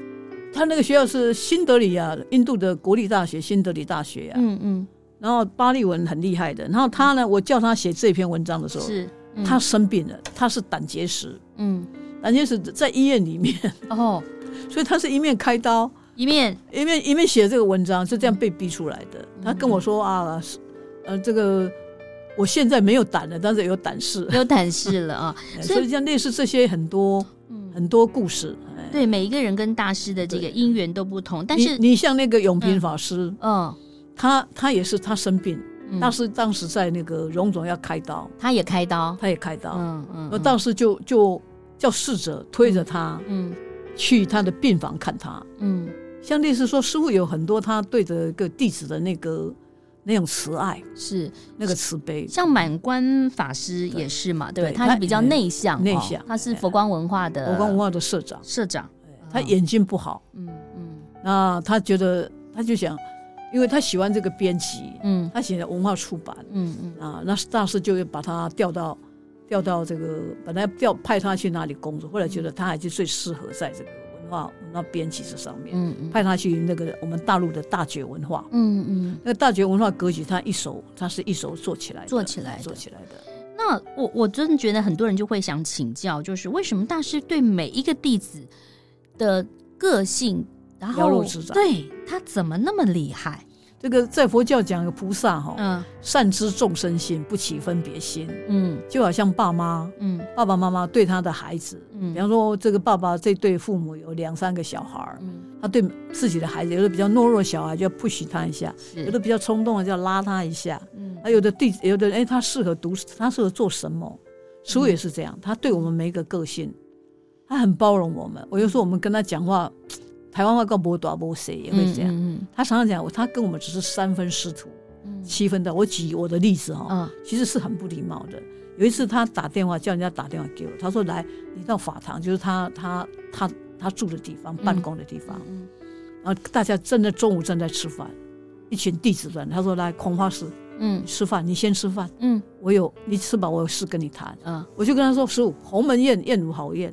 B: 他那个学校是新德里啊，印度的国立大学，新德里大学啊。
A: 嗯嗯
B: 然后巴利文很厉害的，然后他呢，我叫他写这篇文章的时候，
A: 是，嗯
B: 他生病了，他是胆结石，
A: 嗯
B: 胆结石在医院里面，
A: 哦
B: 所以他是一面开刀，
A: 一面
B: 一面一面写这个文章，是这样被逼出来的。
A: 嗯
B: 他跟我说啊，是呃，这个我现在没有胆了，但是有 胆识，
A: 有胆识了啊，
B: 哎
A: 所以
B: 所以像类似这些很多
A: 嗯。
B: 很多故事。哎
A: 对，每一个人跟大师的这个因缘都不同，但
B: 你
A: 是，
B: 你像那个永平法师，
A: 嗯，
B: 他他也是他生病，
A: 嗯
B: 大师当时在那个荣总要开刀，
A: 他也开刀，
B: 他也开刀，
A: 嗯嗯，
B: 那
A: 嗯
B: 大师就就叫侍者推着他
A: 嗯
B: 去他的病房看他。
A: 嗯
B: 像类似说，师傅有很多他对着一个弟子的那个那种慈爱、
A: 是，
B: 那个慈悲，
A: 像满观法师也是嘛，对不对？
B: 对
A: 他
B: 他
A: 是比较
B: 也
A: 内向哦，
B: 内向
A: 他是佛光文化的
B: 国光文化的社长，
A: 社长，
B: 他眼睛不好，
A: 嗯嗯
B: 那他觉得他就想，因为他喜欢这个编辑，
A: 嗯
B: 他写的文化出版
A: 嗯嗯
B: 啊，那大师就把他调到调到这个，本来调派他去哪里工作，后来觉得他还是最适合在这个文化文化编辑这上面，
A: 嗯嗯
B: 派他去那个我们大陆的大觉文化。
A: 嗯嗯。
B: 那个大觉文化格局，他一手，他是一手做起来的，
A: 做起来的
B: 做起来的。
A: 那我我真的觉得很多人就会想请教，就是为什么大师对每一个弟子的个性，然
B: 了
A: 后
B: 如指掌
A: 对他怎么那么厉害？
B: 这个在佛教讲，菩萨哈、
A: 嗯
B: 善知众生心，不起分别心，
A: 嗯
B: 就好像爸妈
A: 嗯
B: 爸爸妈妈对他的孩子，
A: 嗯
B: 比方说这个爸爸这对父母有两三个小孩儿，
A: 嗯，
B: 他对自己的孩子，有的比较懦弱的小孩就要 push 他一下，有的
A: 是
B: 比较冲动的就要拉他一下，
A: 嗯
B: 啊，有的弟有的哎，他适合读，他适合做什么？师傅也是这样，他对我们每一个个性，他很包容我们。我有时候我们跟他讲话，台湾话叫不打不谁也会这样。
A: 嗯
B: 他常常讲，他跟我们只是三分师徒，
A: 嗯
B: 七分的。我举我的例子哈、
A: 嗯
B: 其实是很不礼貌的。有一次他打电话叫人家打电话给我，他说来，你到法堂，就是他他他他住的地方，办公的地方。
A: 嗯
B: 然后大家正在中午正在吃饭，一群弟子们，他说来孔法师
A: 嗯
B: 吃饭，你先吃饭，
A: 嗯
B: 我有你吃饱，我有事跟你谈。
A: 嗯
B: 我就跟他说，师傅，鸿门宴宴如 好宴。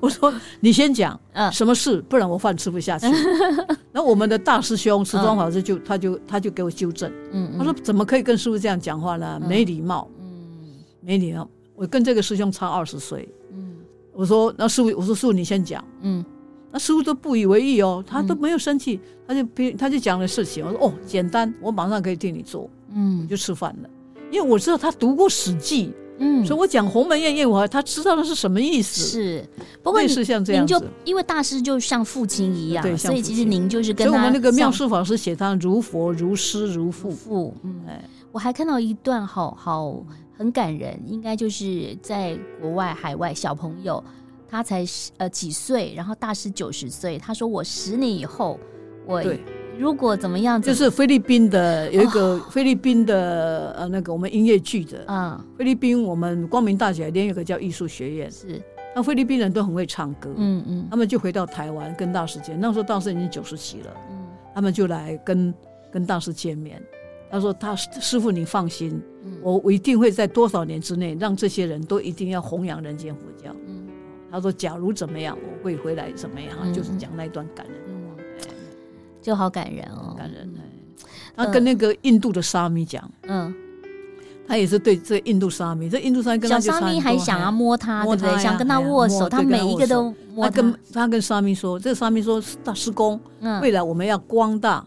B: 我说你先讲
A: 嗯
B: 什么事，不然我饭吃不下去。 然后我们的大师兄慈庄法师就他就他就给我纠正，
A: 嗯，
B: 他说怎么可以跟师傅这样讲话呢？没礼貌，
A: 嗯
B: 没礼貌。我跟这个师兄差二十岁，
A: 嗯
B: 我说那师傅，我说师傅你先讲，
A: 嗯
B: 那师傅都不以为意哦，他都没有生气，他就偏他就讲了事情，我说哦简单，我马上可以替你做，我
A: 嗯
B: 就吃饭了。因为我知道他读过《史记》，
A: 嗯，
B: 所以我讲鸿门宴宴我他知道的是什么意思。
A: 是，不过
B: 类
A: 你
B: 似像这
A: 您
B: 样
A: 就
B: 子
A: 因为大师就像父亲一样，
B: 对
A: 所
B: 像
A: 以其实
B: 父亲
A: 您就是
B: 所以
A: 跟
B: 我
A: 他
B: 们那个妙
A: 像
B: 师法师写他如佛如师如
A: 父
B: 父，
A: 父，嗯，
B: 哎，
A: 我还看到一段好好很感人，应该就是在国外海外小朋友，他才十呃几岁，然后大师九十岁，他说我十年以后我
B: 对，
A: 如果怎么样子，
B: 就是菲律宾的有一个菲律宾的呃那个我们音乐剧的
A: 嗯
B: 菲律宾，我们光明大学连有一个叫艺术学院，
A: 是
B: 那菲律宾人都很会唱歌，
A: 嗯嗯
B: 他们就回到台湾跟大师见，那时候大师已经九十几了，
A: 嗯
B: 他们就来跟跟大师见面。他说：“他师傅，你放心，
A: 嗯
B: 我我一定会在多少年之内让这些人都一定要弘扬人间佛教。
A: 嗯”
B: 他说：“假如怎么样，我会回来怎么样？”
A: 嗯
B: 就是讲那一段感人的话，
A: 就好感人哦，
B: 感人。
A: 嗯
B: 哎他跟那个印度的沙弥讲，
A: 嗯，
B: 他也是对这印度沙弥，这印度沙弥跟
A: 小
B: 他就
A: 沙
B: 差
A: 弥
B: 很
A: 还
B: 多
A: 想要
B: 嘿
A: 摸他，
B: 摸
A: 对不对？
B: 他呀
A: 想跟他
B: 哎呀
A: 握手，
B: 摸
A: 他
B: 对跟
A: 每
B: 他
A: 一
B: 握
A: 个
B: 手
A: 都摸
B: 他跟他跟沙弥说，这个沙弥说大师公，
A: 嗯
B: 未来我们要光大，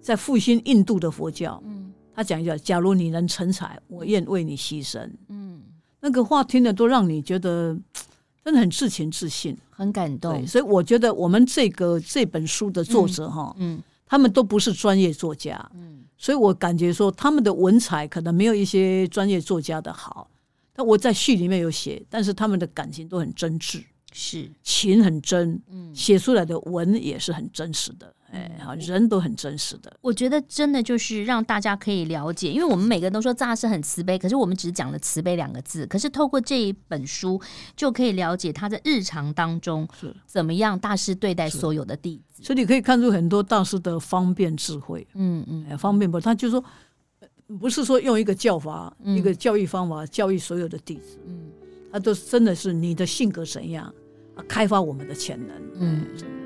B: 在复兴印度的佛教。
A: 嗯
B: 他讲一下，假如你能成才，我愿为你牺牲。
A: 嗯，
B: 那个话听了都让你觉得嘖真的很自情自信。
A: 很感动
B: 对，，所以我觉得我们这个这本书的作者哈、
A: 嗯
B: 他们都不是专业作家，
A: 嗯
B: 所以我感觉说他们的文采可能没有一些专业作家的好。但我在序里面有写，但是他们的感情都很真挚，
A: 是
B: 情很真，
A: 嗯。
B: 写出来的文也是很真实的，哎，好人都很真实的。
A: 我觉得真的就是让大家可以了解，因为我们每个人都说大师很慈悲，可是我们只讲了慈悲两个字。可是透过这一本书，就可以了解他在日常当中
B: 是
A: 怎么样大师对待所有的弟子。
B: 所以你可以看出很多大师的方便智慧，
A: 嗯嗯
B: 哎，方便不？他就说，呃不是说用一个教法、
A: 嗯
B: 一个教育方法教育所有的弟子，
A: 嗯
B: 他都是真的是你的性格怎样，啊开发我们的潜能。
A: 嗯
B: 哎，真的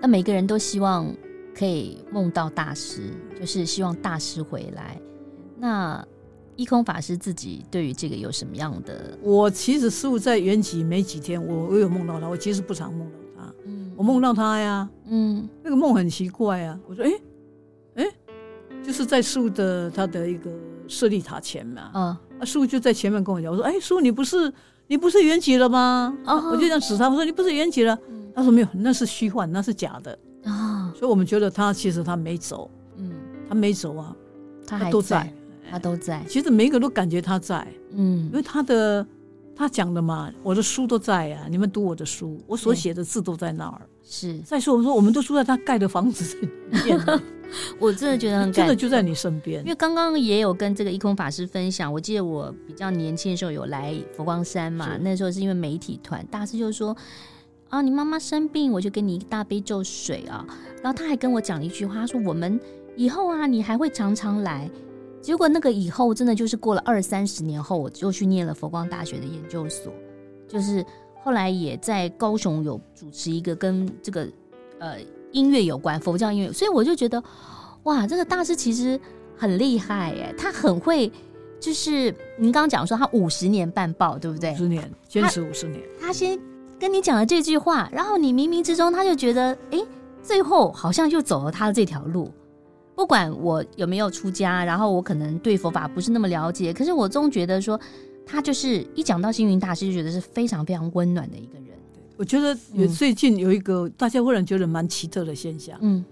A: 那每个人都希望可以梦到大师，就是希望大师回来。那一空法师自己对于这个有什么样的？
B: 我其实师傅在原籍没几天，我我有梦到他，我其实不常梦到他，
A: 嗯
B: 我梦到他呀，
A: 嗯
B: 那个梦很奇怪啊，我说哎哎，诶就是在师傅的他的一个舍利塔前嘛，
A: 啊
B: 啊，师傅就在前面跟我讲，我说：“哎，师傅，你不是你不是缘起了吗？”
A: 哦
B: 我就这样指他，我说：“你不是缘起了？”
A: 嗯
B: 他说：“没有，那是虚幻，那是假的。
A: 啊”
B: 所以我们觉得他其实他没走，
A: 嗯，
B: 他没走啊，
A: 他还
B: 都
A: 在
B: 在。，
A: 他都在，
B: 其实每一个都感觉他在，
A: 嗯
B: 因为他的他讲的嘛，我的书都在啊，你们读我的书，我所写的字都在那儿。
A: 是
B: 再说，我说我们都住在他盖的房子里面，啊
A: 我真嗯的觉得很
B: 真
A: 感
B: 的
A: 动，
B: 就在你身边
A: 因为。刚刚也有跟这个一空法师分享，我记得我比较年轻的时候有来佛光山嘛，
B: 是
A: 那时候是因为媒体团，大师就说。啊，你妈妈生病，我就给你一大杯咒水啊。然后他还跟我讲了一句话，他说我们以后啊，你还会常常来。结果那个以后真的就是过了二三十年后，我就去念了佛光大学的研究所，就是后来也在高雄有主持一个跟这个呃音乐有关佛教音乐，所以我就觉得哇，这个大师其实很厉害耶，他很会，就是您刚刚讲说他五十年办报，对不对
B: 五？十年，坚持五十年，
A: 他先跟你讲了这句话，然后你冥冥之中他就觉得，哎，最后好像就走了他的这条路。不管我有没有出家，然后我可能对佛法不是那么了解，可是我总觉得说，他就是一讲到星云大师，就觉得是非常非常温暖的一个人。啊
B: 我觉得有
A: 嗯
B: 最近有一个大家忽然觉得蛮奇特的现象，
A: 嗯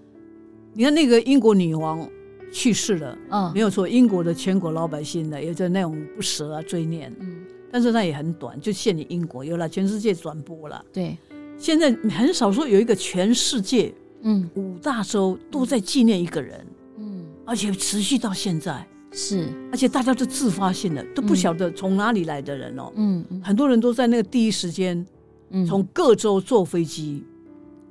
B: 你看那个英国女王去世了，
A: 嗯
B: 没有错，英国的全国老百姓呢也在那种不舍啊、追念，
A: 嗯，
B: 但是那也很短，就限于英国，有了全世界转播了。
A: 对，
B: 现在很少说有一个全世界
A: 嗯
B: 五大洲都在纪念一个人，
A: 嗯
B: 而且持续到现在，
A: 是，
B: 而且大家都自发性的，都不晓得从哪里来的人哦，
A: 嗯嗯
B: 很多人都在那个第一时间
A: 嗯
B: 从各州坐飞机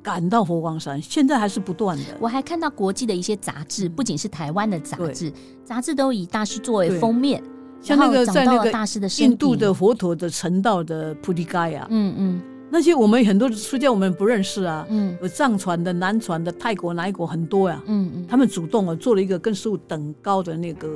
B: 赶到佛光山，现在还是不断的。
A: 我还看到国际的一些杂志，不仅是台湾的杂
B: 嗯对
A: 志，杂志都以大师作为
B: 对
A: 封面，
B: 像
A: 然后
B: 那个
A: 讲
B: 在
A: 到
B: 那
A: 了
B: 个
A: 大师的生
B: 印度
A: 平
B: 的，佛陀的成道的菩提伽呀，
A: 嗯嗯
B: 那些我们很多出家我们不认识啊，
A: 嗯
B: 有藏传的、南传的、泰国哪一国很多呀、
A: 嗯嗯，
B: 他们主动啊做了一个跟师傅等高的那个、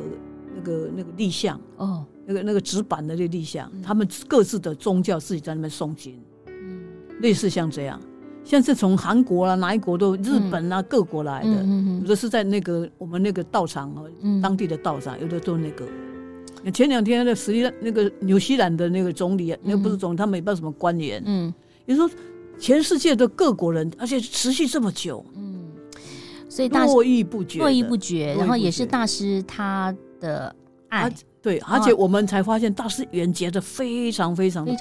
B: 那个、那个立像，
A: 哦，
B: 那个那个纸板的那个立像
A: 嗯，
B: 他们各自的宗教自己在那边诵经，
A: 嗯
B: 类似像这样，像是从韩国啊、哪一国都日本啊、各国来的，有
A: 嗯
B: 的是在那个我们那个道场哦，
A: 嗯
B: 当地的道长，有的都那个。前两天那实际那个纽西兰的那个总理，那个不是总理，他们也不知道什么官员。
A: 嗯
B: 你说全世界的各国人，而且持续这么久，
A: 嗯，所以大师
B: 络绎不绝的，
A: 络绎不绝，
B: 络绎
A: 然后
B: 不
A: 也是
B: 绝
A: 大师他的爱
B: 啊对，而且我们才发现大师缘结的非常非常的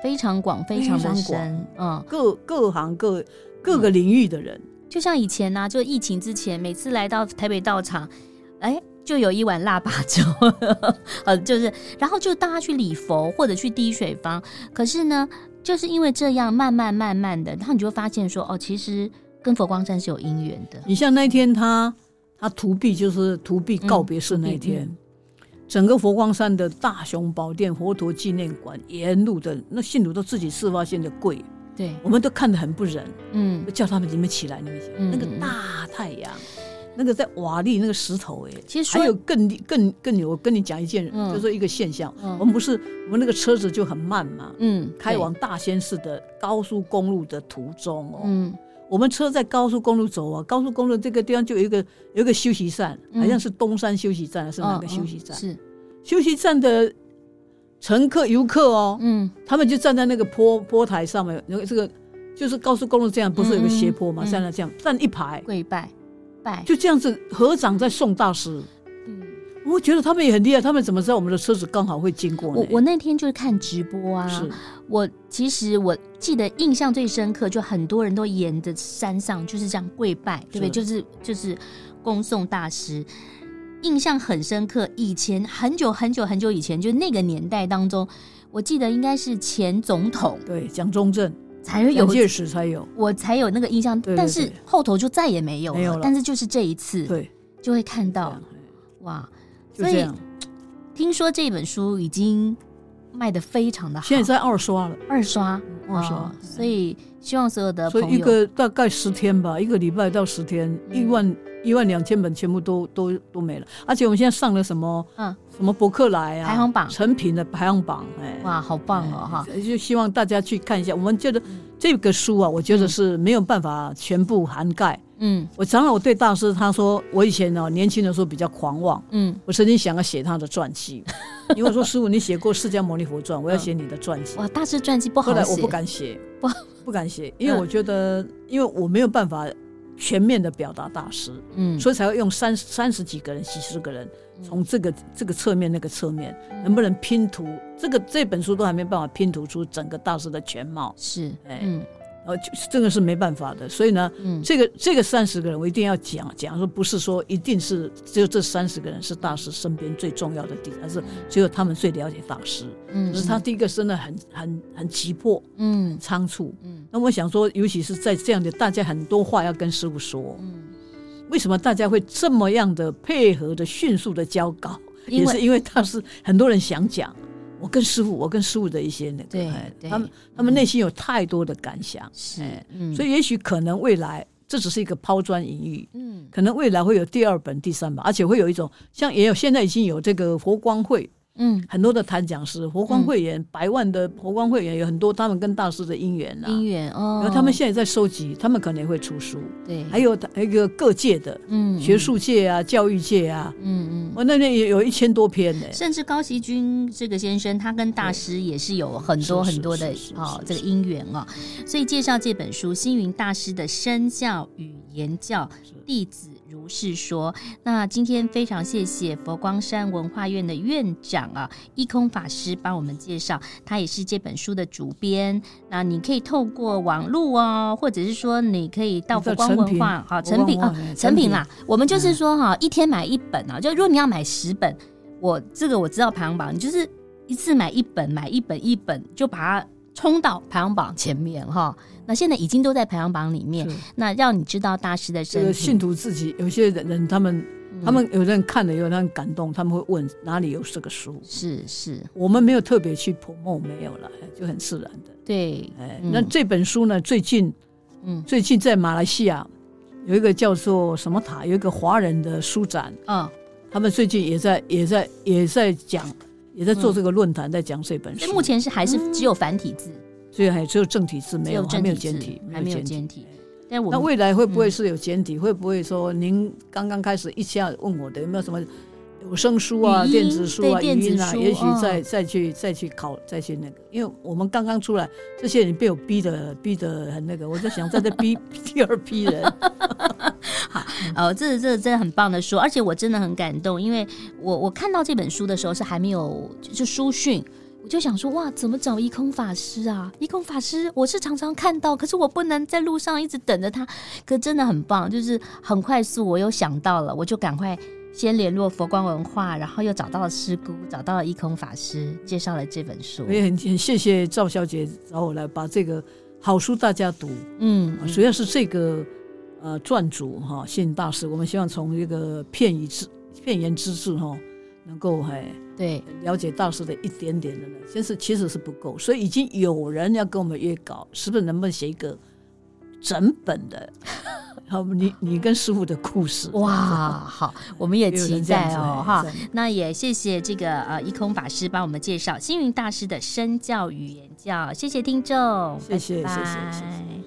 A: 非常
B: 广
A: 非常广，非
B: 非
A: 常的
B: 常
A: 深，嗯，
B: 各各行各各个领域的人，
A: 就像以前呢、就疫情之前，每次来到台北道场，哎，就有一碗腊八粥，呃，就是，然后就大家去礼佛或者去滴水坊。可是呢，就是因为这样，慢慢慢慢的，然后你就会发现说，哦，其实跟佛光山是有因缘的。
B: 你像那一天他他徒弟就是徒弟告别式那一
A: 嗯
B: 天，整个佛光山的大雄宝殿佛陀纪念馆沿路的那信徒都自己自发性的跪，
A: 对，
B: 我们都看得很不忍，
A: 嗯
B: 就，叫他们你们起来，你们起来，
A: 嗯
B: 那个
A: 嗯
B: 大太阳。那个在瓦砾那个石头哎、
A: 其实说
B: 还有更厉更更有，我跟你讲一件，
A: 嗯
B: 就是说一个现象，
A: 嗯
B: 我们不是我们那个车子就很慢嘛，
A: 嗯，
B: 开
A: 对
B: 往，大仙寺的高速公路的途中哦，
A: 嗯
B: 我们车在高速公路走啊，高速公路这个地方就有一个有一个休息站，
A: 嗯
B: 好像是东山休息哦站还是哪个
A: 嗯
B: 休
A: 嗯
B: 息站？
A: 是，
B: 休息站的乘客游客哦，
A: 嗯，
B: 他们就站在那个坡坡台上面，那个这个就是高速公路这样，不是有个斜坡
A: 嗯
B: 嘛，
A: 嗯
B: 站在这样站一排，
A: 跪拜，拜，
B: 就这样子合掌在送大师。
A: 嗯。
B: 我觉得他们也很厉害，他们怎么知道我们的车子刚好会经过呢？
A: 我我那天就是看直播啊，
B: 是
A: 我其实我记得印象最深刻，就很多人都沿着山上就是这样跪拜，对不对？
B: 是
A: 就是就是恭送大师，印象很深刻。以前很久很久很久以前，就那个年代当中，我记得应该是前总统
B: 对蒋中正、
A: 才会
B: 蒋
A: 有。
B: 介石才有，
A: 我才有那个印象，
B: 对对
A: 但是
B: 对
A: 后头就再也没有了。
B: 没有了
A: 但是就是这一次，
B: 对，
A: 就会看
B: 这
A: 到
B: 样
A: 哇！
B: 就
A: 哦所以
B: 这样。
A: 听说这本书已经卖的非常的好，
B: 现在在二刷了，
A: 二刷，
B: 二刷。
A: 啊哦所以希望所有的
B: 所
A: 朋友
B: 以一个大概十天吧，一个礼拜到十天，
A: 嗯
B: 一万一万两千本全部都都都没了。而且我们现在上了什么
A: 嗯
B: 什么博客来啊，
A: 排行榜
B: 成品的排行榜，哎，
A: 哇，好棒哦哈！
B: 哎！就希望大家去看一下。我们觉得这个书啊，我觉得是没有办法全部涵盖。
A: 嗯
B: 我常常我对大师他说，我以前呢、年轻的时候比较狂妄，
A: 嗯，
B: 我曾经想要写他的传记，因为我说师傅你写过《释迦牟尼佛传》，
A: 嗯
B: 我要写你的传记。
A: 哇，大师传记不
B: 后
A: 哦好
B: 来
A: 写，
B: 我不敢写，
A: 不
B: 不敢写，因为
A: 嗯
B: 我觉得，因为我没有办法全面的表达大师，
A: 嗯，
B: 所以才会用三三十几个人、几十个人，从这个这个侧面、那个侧面，
A: 嗯
B: 能不能拼图？这个这本书都还没办法拼图出整个大师的全貌，
A: 是，
B: 哎
A: 嗯
B: 呃，就这个是没办法的。所以呢，
A: 嗯
B: 这个这个三十个人，我一定要讲讲说，不是说一定是只有这三十个人是大师身边最重要的地，而是只有他们最了解大师。
A: 嗯，
B: 只是他第一个真的很很很急迫、
A: 嗯
B: 仓促，
A: 嗯
B: 那我想说，尤其是在这样的，大家很多话要跟师傅说，
A: 嗯，
B: 为什么大家会这么样的配合的、迅速的交稿？
A: 因
B: 也是
A: 为
B: 因为他是很多人想讲，我跟师傅，我跟师傅的一些那个，
A: 对
B: 哎
A: 对
B: 他们他们内心有太多的感想，
A: 是
B: 哎，
A: 嗯，
B: 所
A: 以
B: 以也许可能未来这只是一个抛砖引玉。
A: 嗯
B: 可能未来会有第二本、第三本，而且会有一种像也有现在已经有这个佛光会，
A: 嗯
B: 很多的谈讲师、佛光会员、百万的佛光会员有很多，他们跟大师的因缘啊，
A: 姻缘哦，
B: 然后他们现在在收集，他们可能也会出书，
A: 对，
B: 还有还有一个各界的
A: 嗯
B: 学，术界啊、教育界啊，
A: 嗯嗯。
B: 我那天也有一千多篇呢、
A: 甚至高希军这个先生，他跟大师也是有很多
B: 是
A: 很多的
B: 是是是
A: 哦
B: 是
A: 这个因缘哦，所以介绍这本书《星云大师的身教与言教》，弟子如是说。那今天非常谢谢佛光山文化院的院长啊，一空法师帮我们介绍，他也是这本书的主编。那你可以透过网络哦，或者是说你可以到
B: 你
A: 佛
B: 到
A: 光
B: 诚
A: 文
B: 品
A: 化好
B: 佛
A: 成品
B: 光
A: 啊
B: 文化
A: 成品啦
B: 诚，
A: 我们就是说
B: 嗯
A: 哈，一天买一本啊，就如果你要买十本，我这个我知道排行榜，你就是一次买一本，买一本一本就把它冲到排行榜前面哈。那现在已经都在排行榜里面
B: 是，
A: 那让你知道大师的
B: 这
A: 身
B: 个
A: 体
B: 信，徒自己有些人，他们
A: 嗯
B: 他们有的人看了，有的人感动，他们会问哪里有这个书。
A: 是是，
B: 我们没有特别去 promo，没有了，就很自然的。
A: 对，
B: 哎，
A: 嗯
B: 那这本书呢，最近
A: 嗯
B: 最近在马来西亚有一个叫做什么塔，有一个华人的书展，
A: 嗯，
B: 他们最近也在也在也在讲，也在做这个论坛，在讲这本
A: 嗯所
B: 书。
A: 以目前是还是只有繁体字，
B: 所以还只有正体嗯字没有，
A: 只有
B: 还没有
A: 正
B: 简
A: 体
B: 体
A: 字，还没有简体。嗯但我
B: 那
A: 们
B: 未来会不会是有简体？会不会说您刚刚开始一下问我的有没有什么有声书啊、
A: 语音
B: 电子书啊、
A: 对电
B: 语
A: 子
B: 音啊？
A: 书
B: 也许
A: 嗯
B: 再再去再去考再去那个，因为我们刚刚出来，这些人被我逼的逼的很那个，我在想在这 逼第二批人，
A: 呃，这这真的很棒的书，而且我真的很感动，因为我我看到这本书的时候是还没有就就书讯。我就想说，哇，怎么找一空法师啊？一空法师，我是常常看到，可是我不能在路上一直等着他。可真的很棒，就是很快速，我又想到了，我就赶快先联络佛光文化，然后又找到了师姑，找到了一空法师，介绍了这本书
B: 我。也很很谢谢赵小姐找我来把这个好书大家读，
A: 嗯，
B: 啊主要是这个呃撰主哈信大师，我们希望从这个片语之片言之志哈，能够哎
A: 对，
B: 了解大师的一点点的呢，其实其实是不够，所以已经有人要跟我们约稿，是不是能不能写一个整本的？ 好，你你跟师傅的故事
A: 哇，，好，我们也
B: 有
A: 期
B: 人这样
A: 待
B: 子
A: 哦，
B: 哎
A: 哈
B: 这。样
A: 那也谢谢这个呃一空法师帮我们介绍星云大师的身教与言教，谢谢听众，
B: 谢谢
A: 拜拜
B: 谢谢谢谢。